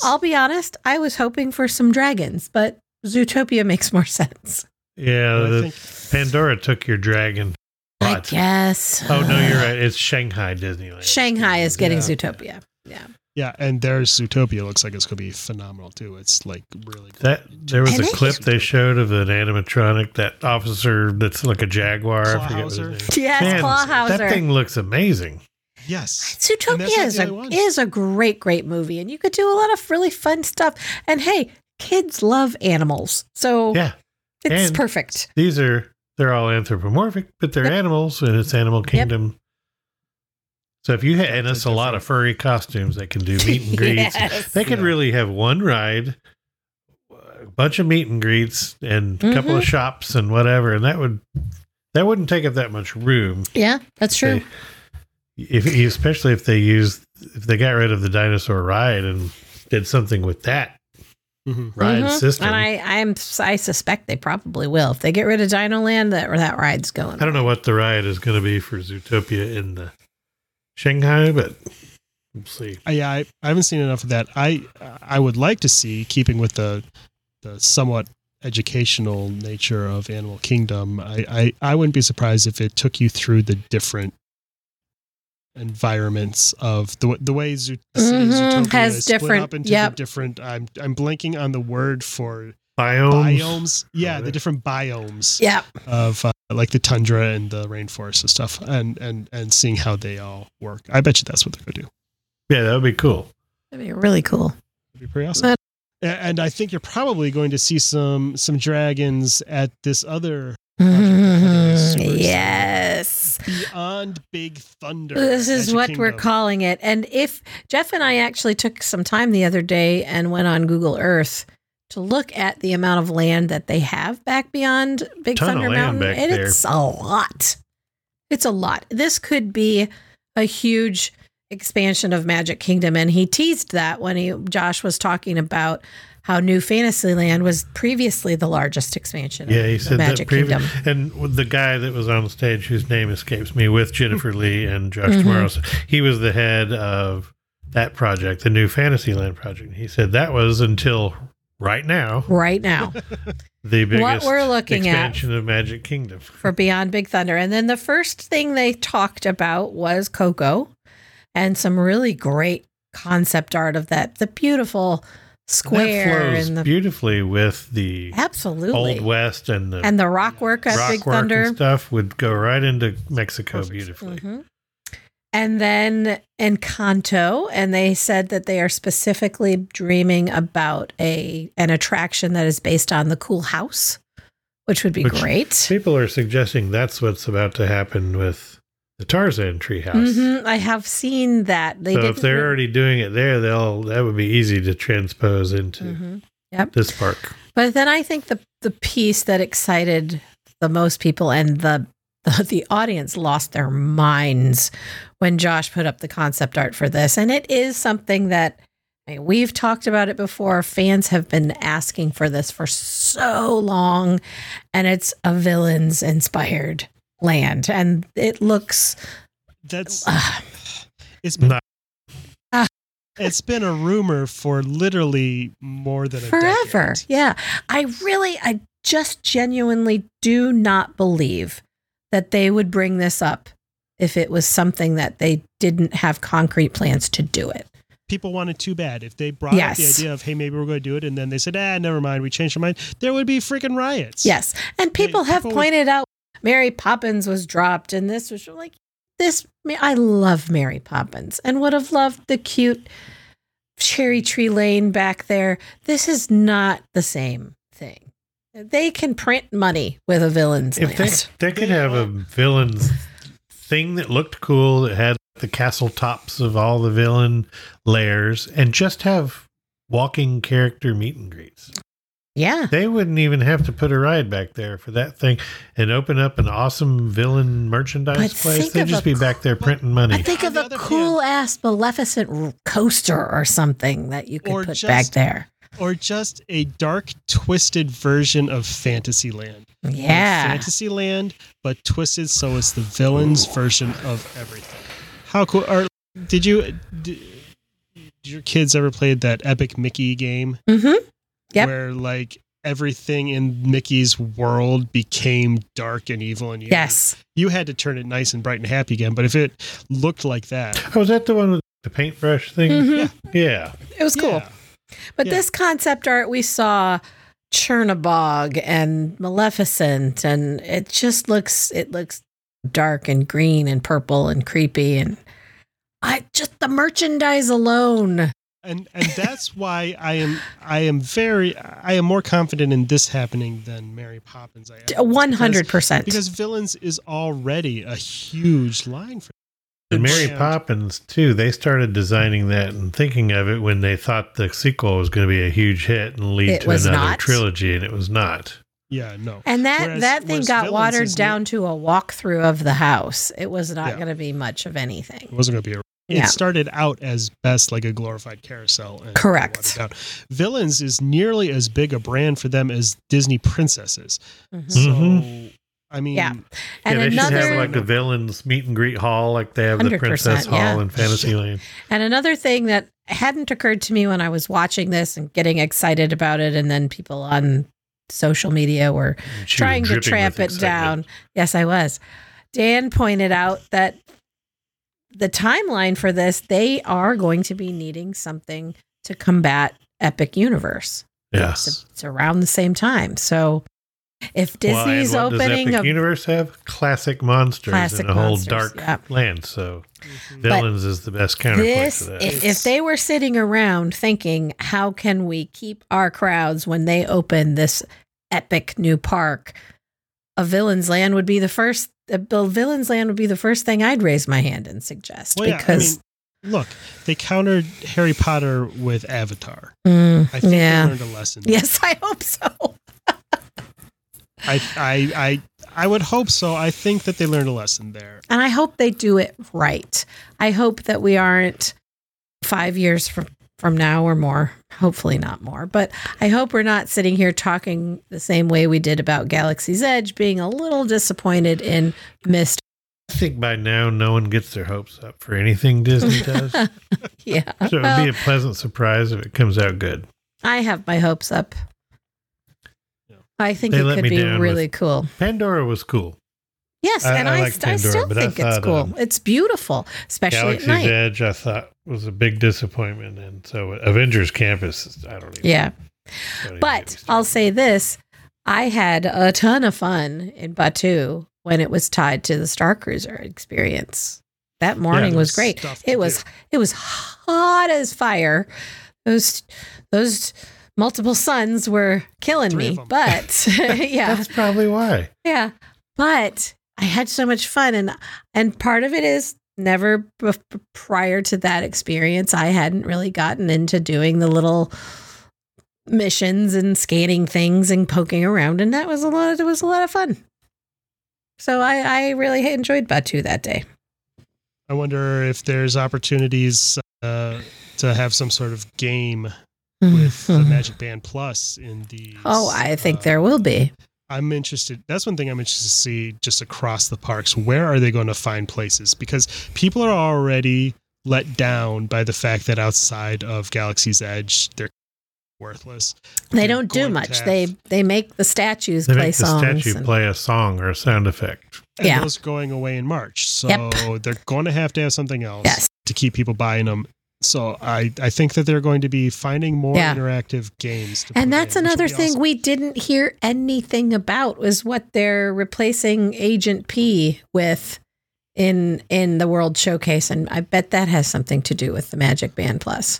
D: I'll be honest. I was hoping for some dragons, but Zootopia makes more *laughs* sense.
C: Yeah,
E: But I
C: Uh, the
E: think-
C: Pandora took your dragon.
D: I
C: But-
D: guess.
C: Oh no, you're right. It's Shanghai Disneyland.
D: Shanghai is getting
E: Yeah.
D: Zootopia. Yeah.
E: Yeah, and their Zootopia looks like it's going to be phenomenal too. It's like really good.
C: That there was
D: And
C: a
D: it-
C: clip they showed of an animatronic that officer that's like a jaguar. I forget what his
E: Clawhauser?
C: name.
D: Yes,
C: Man,
D: Clawhauser.
C: That thing looks amazing.
E: Yes. And that's
D: Zootopia
E: not
D: is
E: the
D: a,
E: only one.
D: is a great, great movie, and you could do a lot of really fun stuff. And hey, kids love animals, so
C: Yeah,
D: it's
C: and-
D: perfect. *laughs*
C: these are they're all anthropomorphic, but they're
D: Yep.
C: animals, and it's Animal Kingdom. So if you had, and
E: That's
C: it's a lot of furry costumes they
D: *laughs*
C: can do meet and greets.
D: Yes.
C: They could
E: Yeah.
C: really have one ride, a bunch of meet and greets, and a couple
D: Mm-hmm.
C: of shops and whatever, and that would that wouldn't take up that much room.
D: Yeah, that's true.
C: They- if especially if they used if they got rid of the dinosaur ride and did something with that
E: Mhm.
C: ride
D: Mhm.
C: system.
D: And
C: I,
D: I, I'm, I suspect they probably will if they get rid of Dino Land. That or that ride's going.
C: don't know what the ride is going to be for Zootopia in the Shanghai, but we'll see.
E: I- Uh, yeah, I, I haven't seen enough of that. I I would like to see, keeping with the the somewhat educational nature of Animal Kingdom, I, I, I wouldn't be surprised if it took you through the different environments of the w- the way Zoo, City
D: Mhm,
E: Zootopia
D: has
E: is split
D: different-
E: up into
D: yep.
E: the different. I'm I'm blanking on the word for
C: Biomes.
E: biomes. Yeah, the
C: Alright.
E: different biomes
D: Yeah,
E: of uh, like the tundra and the rainforest and stuff, and and and seeing how they all work. I bet you that's what they're gonna do.
C: Yeah, that would be cool.
D: that'd be really cool. *laughs*
E: That'd be pretty awesome.
D: But-
E: A- and I think you're probably going to see some some dragons at this other
D: Mhm.
E: Super excited.
D: Yes.
E: beyond Big Thunder.
D: This is
E: Magic
D: what we're
E: Kingdom.
D: calling it. And if Jeff and I actually took some time the other day and went on Google Earth to look at the amount of land that they have back beyond Big
C: Ton of
D: Thunder
C: land
D: Mountain,
C: back
D: and
C: there.
D: it's a lot. It's a lot. This could be a huge expansion of Magic Kingdom. And he teased that when he Josh was talking about how New Fantasyland was previously the largest expansion
C: Yeah, he
D: of
C: said
D: Magic
C: that previ-
D: Kingdom.
C: And with the guy that was on stage, whose name escapes me, with Jennifer Lee and Josh
D: Mm-hmm.
C: Tomorrows, he was the head of that project, the new Fantasyland project. He said that was until right now
D: Right now.
C: the biggest
D: we're looking at-
C: expansion of Magic Kingdom.
D: for Beyond Big Thunder. And then the first thing they talked about was Coco and some really great concept art of that. The beautiful square
C: that flows
D: and the
C: beautifully with the
D: absolutely
C: old west and the
D: and the rock work at
C: rock
D: Big
C: work
D: Thunder.
C: and stuff would go right into Mexico
E: Perfect.
C: beautifully.
D: Mhm. And then Encanto, and they said that they are specifically dreaming about a an attraction that is based on the Cool House, which would be
C: Which-
D: great.
C: People are suggesting that's what's about to happen with the Tarzan treehouse.
D: Mhm. I have seen that they
C: so
D: didn't
C: if they're
D: re-
C: already doing it there, they'll that would be easy to transpose into
D: Mhm.
C: this park.
D: But then I think the the piece that excited the most people and the *laughs* the, audience lost their minds when Josh put up the concept art for this, and it is something that I mean, we've talked about it before. Fans have been asking for this for so long, and it's a villains inspired land, and it looks.
E: That's
D: ah,
E: it's
C: No.
D: Ah.
E: it's been a rumor for literally more than a
D: forever.
E: decade.
D: Yeah. I really, I just genuinely do not believe that they would bring this up if it was something that they didn't have concrete plans to do it.
E: people wanted too bad. If they brought up
D: Yes.
E: the idea of, hey, maybe we're going to do it, and then they said, ah, never mind, we changed our mind, there would be freaking riots.
D: Yes. And people have
E: people would-
D: pointed out Mary Poppins was dropped and this was like this I love Mary Poppins and would have loved the cute cherry tree lane back there. This is not the same thing. They can print money with a villain's
C: If they,
D: lance.
C: they could have a villain's thing that looked cool that had the castle tops of all the villain layers and just have walking character meet and greets.
D: yeah.
C: They wouldn't even have to put a ride back there for that thing and open up an awesome villain merchandise
D: But
C: place.
D: think
C: They'd
D: of
C: just
D: a
C: be back there printing money.
D: I think
E: On
D: of
E: the
D: a
E: other hand-
D: cool ass Maleficent r- coaster or something that you could
E: Or
D: put
E: just-
D: back there.
E: Or just a dark, twisted version of Fantasyland. Like
D: Yeah.
E: Fantasyland, but twisted so it's the villain's version of everything. How cool. Or did you. Did, did your kids ever play that epic Mickey game?
D: Mm-hmm. Yep.
E: where like everything in Mickey's world became dark and evil, and you
D: Yes.
E: you had to turn it nice and bright and happy again. But if it looked like that,
C: oh, was that the one with the paintbrush thing?
D: Mhm.
C: Yeah.
D: It was cool.
E: yeah.
D: But
E: Yeah.
D: this concept art we saw Chernabog and Maleficent and it just looks it looks dark and green and purple and creepy and I just the merchandise alone.
E: and and that's why I am I am very I am more confident in this happening than Mary Poppins. I ever was,
D: One hundred percent.
E: because, because villains is already a huge line for.
C: And Mary
E: Yeah.
C: Poppins too. They started designing that and thinking of it when they thought the sequel was going to be a huge hit and lead
D: It
C: to
D: was
C: another
D: not.
C: trilogy, and it was not.
E: Yeah, no.
D: And that
E: Whereas-
D: that thing
E: whereas
D: got
E: villains
D: watered
E: is-
D: down to a walkthrough of the house. It was not
E: Yeah.
D: going to be much of
E: It
D: anything.
E: wasn't going to be a.
D: Yeah.
E: It started out as best like a glorified carousel. And
D: Correct.
E: watered down. Villains is nearly as big a brand for them as Disney princesses.
D: Mhm.
E: So,
C: Mhm.
E: I mean,
D: Yeah. And
C: yeah, they should
D: another
C: have like a villains meet and greet hall, like they have the
D: 100%,
C: Princess Hall
D: yeah.
C: in Fantasyland.
D: And another thing that hadn't occurred to me when I was watching this and getting excited about it, and then people on social media were
C: And she was
D: trying to
C: dripping
D: tramp it
C: with
D: down.
C: excitement.
D: Yes, I was. Dan pointed out that the timeline for this, they are going to be needing something to combat Epic Universe.
C: Yes.
D: It's, it's around the same time. So if
C: Well, and
D: Disney's
C: what
D: opening
C: does
D: a
C: Epic Universe have classic monsters
D: Classic
C: in a whole
D: monsters,
C: dark
D: yeah. Mm-hmm.
C: land. So
E: Mhm.
C: villains is the best counterpoint
D: this
C: to that.
D: if, if they were sitting around thinking how can we keep our crowds when they open this epic new park a villain's land would be the first a Bill villain's land would be the first thing i'd raise my hand and suggest
E: Well, yeah, I
D: because
E: mean, look, they countered Harry Potter with Avatar.
D: Mm,
E: I think
D: yeah
E: they learned a lesson.
D: *laughs* yes i hope so
E: I, I, I, I would hope so. I think that they learned a lesson there.
D: and i hope they do it right i hope that we aren't five years from from now or more hopefully not more but i hope we're not sitting here talking the same way we did about galaxy's edge being a little disappointed in missed
C: I think by now no one gets their hopes up for anything Disney
D: *laughs*
C: does. so
D: *laughs* yeah
C: it would
D: Well,
C: be a pleasant surprise if it comes out good.
D: i have my hopes up
E: Yeah.
D: i think
C: They
D: it
C: let
D: could
C: me
D: be
C: down with-
D: really cool
C: Pandora was cool.
D: yes
C: I-
D: and
C: I
D: i,
C: like
D: st- I
C: Pandora,
D: still
C: but I
D: think it's
C: thought,
D: cool
C: um,
D: it's beautiful especially at
C: Galaxy's
D: night
C: Edge, I thought was a big disappointment, and so Avengers Campus, I don't even.
D: yeah
C: don't even get me
D: But
C: started.
D: I'll say this I had a ton of fun in Batu when it was tied to the Star Cruiser experience. That morning
E: there
D: was
E: was
D: great.
E: stuff to
D: It was
E: do.
D: it was hot as fire. Those those multiple suns were killing
E: Three
D: me.
E: of 'em.
D: But *laughs* yeah.
E: *laughs*
C: that's probably why.
D: Yeah. But I had so much fun and and part of it is never bef- prior to that experience I hadn't really gotten into doing the little missions and scanning things and poking around and that was a lot it was a lot of fun. So I I really enjoyed Batu that day.
E: I wonder if there's opportunities uh, to have some sort of game *laughs* with
D: Mm-hmm.
E: the Magic Band Plus in the.
D: oh, I think
E: uh,
D: there will be.
E: I'm interested. That's one thing I'm interested to see just across the parks. Where are they going to find places? Because people are already let down by the fact that outside of Galaxy's Edge, they're worthless.
D: They
E: they're
D: don't do
E: going to
D: much.
E: have-
D: They they make the statues
C: They
D: play
C: make the
D: songs.
C: statue
D: and-
C: play a song or a sound effect. *laughs*
E: And
D: Yeah.
E: those going away in March. So
D: Yep.
E: *laughs* they're going to have to have something else
D: Yes.
E: to keep people buying them So I, I think that they're going to be finding more
D: Yeah.
E: interactive games. to
D: And
E: put
D: that's
E: in, which would
D: another
E: be
D: thing
E: awesome.
D: we didn't hear anything about was what they're replacing Agent P with in in the World Showcase, and I bet that has something to do with the Magic Band Plus.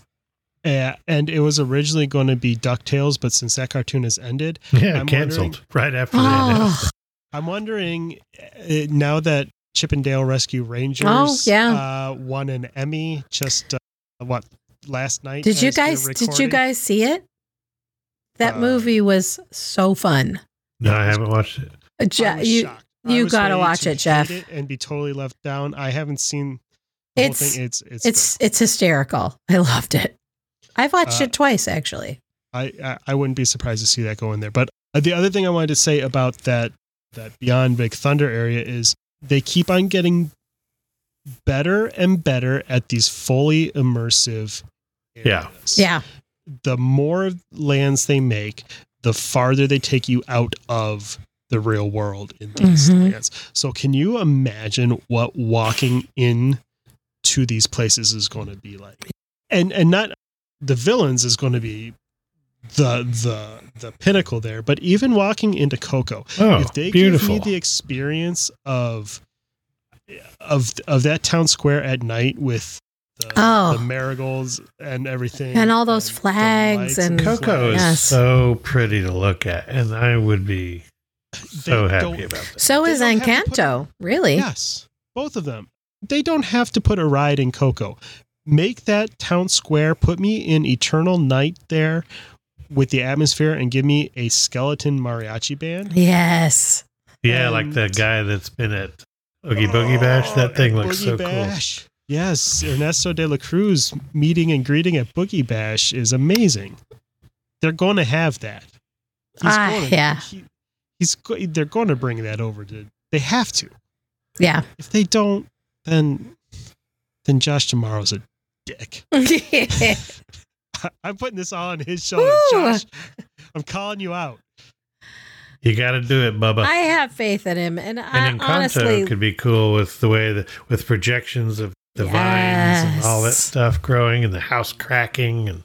E: Yeah, Eh, and it was originally going to be Ducktales, but since that cartoon has ended,
C: Yeah,
E: I'm
C: canceled right after
D: *gasps*
C: that.
D: Oh,
E: I'm wondering uh, now that Chippendale Rescue Rangers
D: Oh, yeah.
E: uh, won an Emmy just uh, what last night.
D: did you
E: as we're
D: guys did you
E: recording?
D: guys see it? That
E: Uh,
D: movie was so fun.
C: No, I haven't watched it.
D: Uh,
E: I
D: Je-
E: was
D: you
E: shocked. I
D: you
E: was
D: gotta
E: ready
D: watch
E: to
D: it, Jeff.
E: hate and be totally left down. I haven't seen. The whole
D: It's-
E: thing. it's it's
D: it's it's hysterical. *laughs* I loved it. I've watched
E: Uh,
D: it twice actually.
E: I, I I wouldn't be surprised to see that go in there. But uh, the other thing I wanted to say about that that Beyond Big Thunder area is they keep on getting better and better at these fully immersive.
C: Yeah.
E: areas.
D: Yeah.
E: The more lands they make, the farther they take you out of the real world in these
D: Mhm.
E: lands. So can you imagine what walking in to these places is going to be like? And and not the villains is going to be the the the pinnacle there, but even walking into Coco,
C: Oh,
E: if they
C: beautiful.
E: give me the experience of of of that town square at night with the,
D: Oh.
E: the marigolds and everything
D: And all those
E: the
D: flags
E: lights
D: and-
C: Coco is
E: flags.
D: Yes.
C: so pretty to look at, and I would be so
E: They
C: happy
E: don't-
C: about that.
D: So
E: They
D: is
E: don't have to put-
D: Encanto, really?
E: Yes, both of them. They don't have to put a ride in Coco. Make that town square. Put me in Eternal Night there with the atmosphere, and give me a skeleton mariachi band.
D: Yes.
C: Yeah, like the
E: And-
C: guy that's been at Oogie Boogie Bash. That thing
E: Oh,
C: looks
E: Boogie
C: so
E: Bash. Yes, Ernesto de la Cruz meeting and greeting at Boogie Bash is amazing. They're going to have that.
D: Ah, yeah.
E: he- he's go- they're going to bring that over to. They have to. *laughs*
D: Yeah. *laughs*
E: If they don't, then then Josh tomorrow's a dick. *laughs* I'm putting this all on his shoulders,
D: Woo!
E: Josh. I'm calling you out.
C: cool. You got to do it, Bubba.
D: I have faith in him, and, I
C: and Encanto
D: honestly,
C: could be cool with the way the with projections of the vines and all that
D: Yes.
C: stuff growing and the house cracking and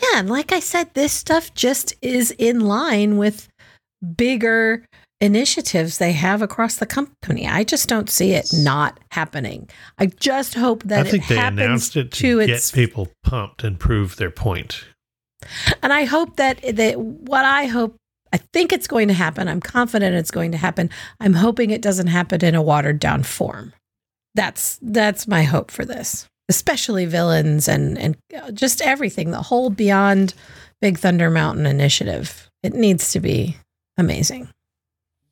D: yeah, and like I said, this stuff just is in line with bigger initiatives they have across the company. I just don't see it not happening. I just hope that
C: I think
D: it
C: they
D: happens
C: announced it to,
D: to
C: get
D: its
C: people pumped and prove their point.
D: and I hope that that what I hope I think it's going to happen. I'm confident it's going to happen. I'm hoping it doesn't happen in a watered down form. That's that's my hope for this. Especially villains and and just everything, the whole beyond Big Thunder Mountain initiative. It needs to be amazing.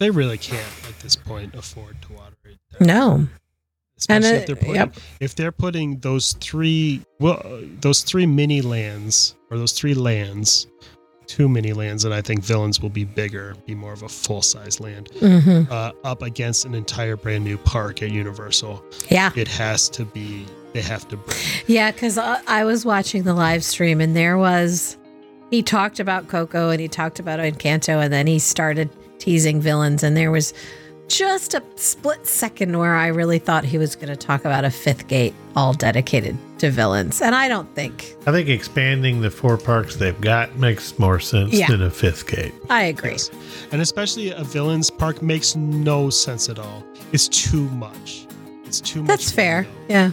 E: They really can't at this point afford to water it down.
D: No. And
E: especially if
D: it-
E: they're putting
D: yep.
E: if they're putting those three well uh, those three mini lands or those three lands two mini lands and i think villains will be bigger be more of a full size land
D: hmm
E: uh, up against an entire brand new park at universal
D: Yeah.
E: it has to be they have to bring
D: Yeah, because I, I was watching the live stream and there was, he talked about Coco and he talked about Encanto and then he started teasing villains and there was just a split second where I really thought he was going to talk about a fifth gate all dedicated to villains. And I don't think,
C: I think expanding the four parks they've got makes more sense
D: Yeah.
C: than a fifth gate.
D: I agree.
E: Yes. And especially a villain's park makes no sense at all. It's too much. It's too much.
D: That's fair.
E: window.
D: Yeah.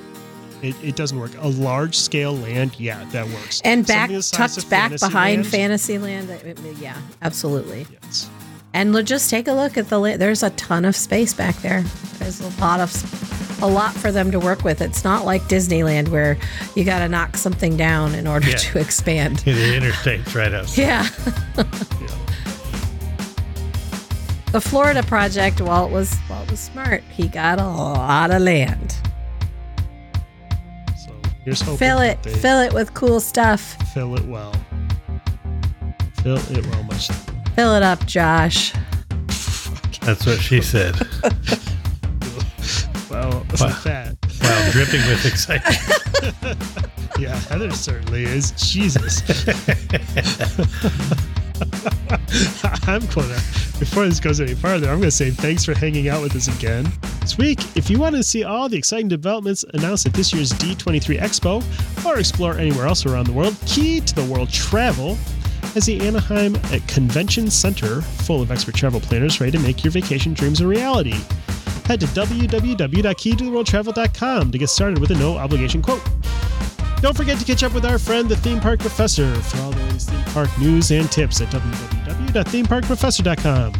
E: It, it doesn't work. A large scale land, yeah, that works.
D: And back,
E: Something the size
D: tucked
E: of
D: back behind
E: Fantasyland,
D: Fantasyland. I- I- Yeah, absolutely.
E: Yes.
D: And lo- just take a look at the. la- There's a ton of space back there. There's a lot of, s- a lot for them to work with. It's not like Disneyland where you got to knock something down in order
C: Yeah.
D: to expand.
C: The interstate's right up.
D: *laughs* Yeah.
E: Yeah.
D: The Florida project, Walt was Walt was smart. He got a lot of land.
E: So here's hoping
D: Fill it,
E: that they
D: fill it with cool stuff.
E: fill it well. Fill it well, much.
D: Fill it up, Josh.
C: That's what she said
E: Well, *laughs*
C: Wow.
E: with that,
C: while dripping with
E: *laughs*
C: excitement.
E: yeah, Heather certainly is. Jesus. *laughs* I'm going to, before this goes any farther, I'm going to say thanks for hanging out with us again. This week, if you want to see all the exciting developments announced at this year's D23 Expo or explore anywhere else around the world, key to the world travel is the Anaheim Convention Center, full of expert travel planners ready to make your vacation dreams a reality. Head to www.keytotheworldtravel.com to get started with a no obligation quote. Don't forget to catch up with our friend, the Theme Park Professor, for all the latest theme park news and tips at www.themeparkprofessor.com.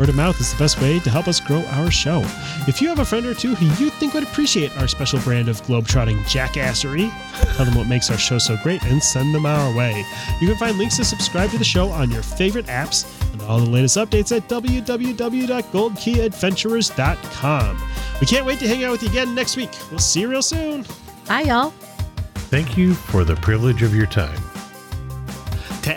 E: Word of mouth is the best way to help us grow our show. If you have a friend or two who you think would appreciate our special brand of globetrotting jackassery, tell them what makes our show so great and send them our way. You can find links to subscribe to the show on your favorite apps and all the latest updates at www.goldkeyadventurers.com. We can't wait to hang out with you again next week. We'll see you real soon.
D: Bye, y'all.
C: Thank you for the privilege of your time.
E: To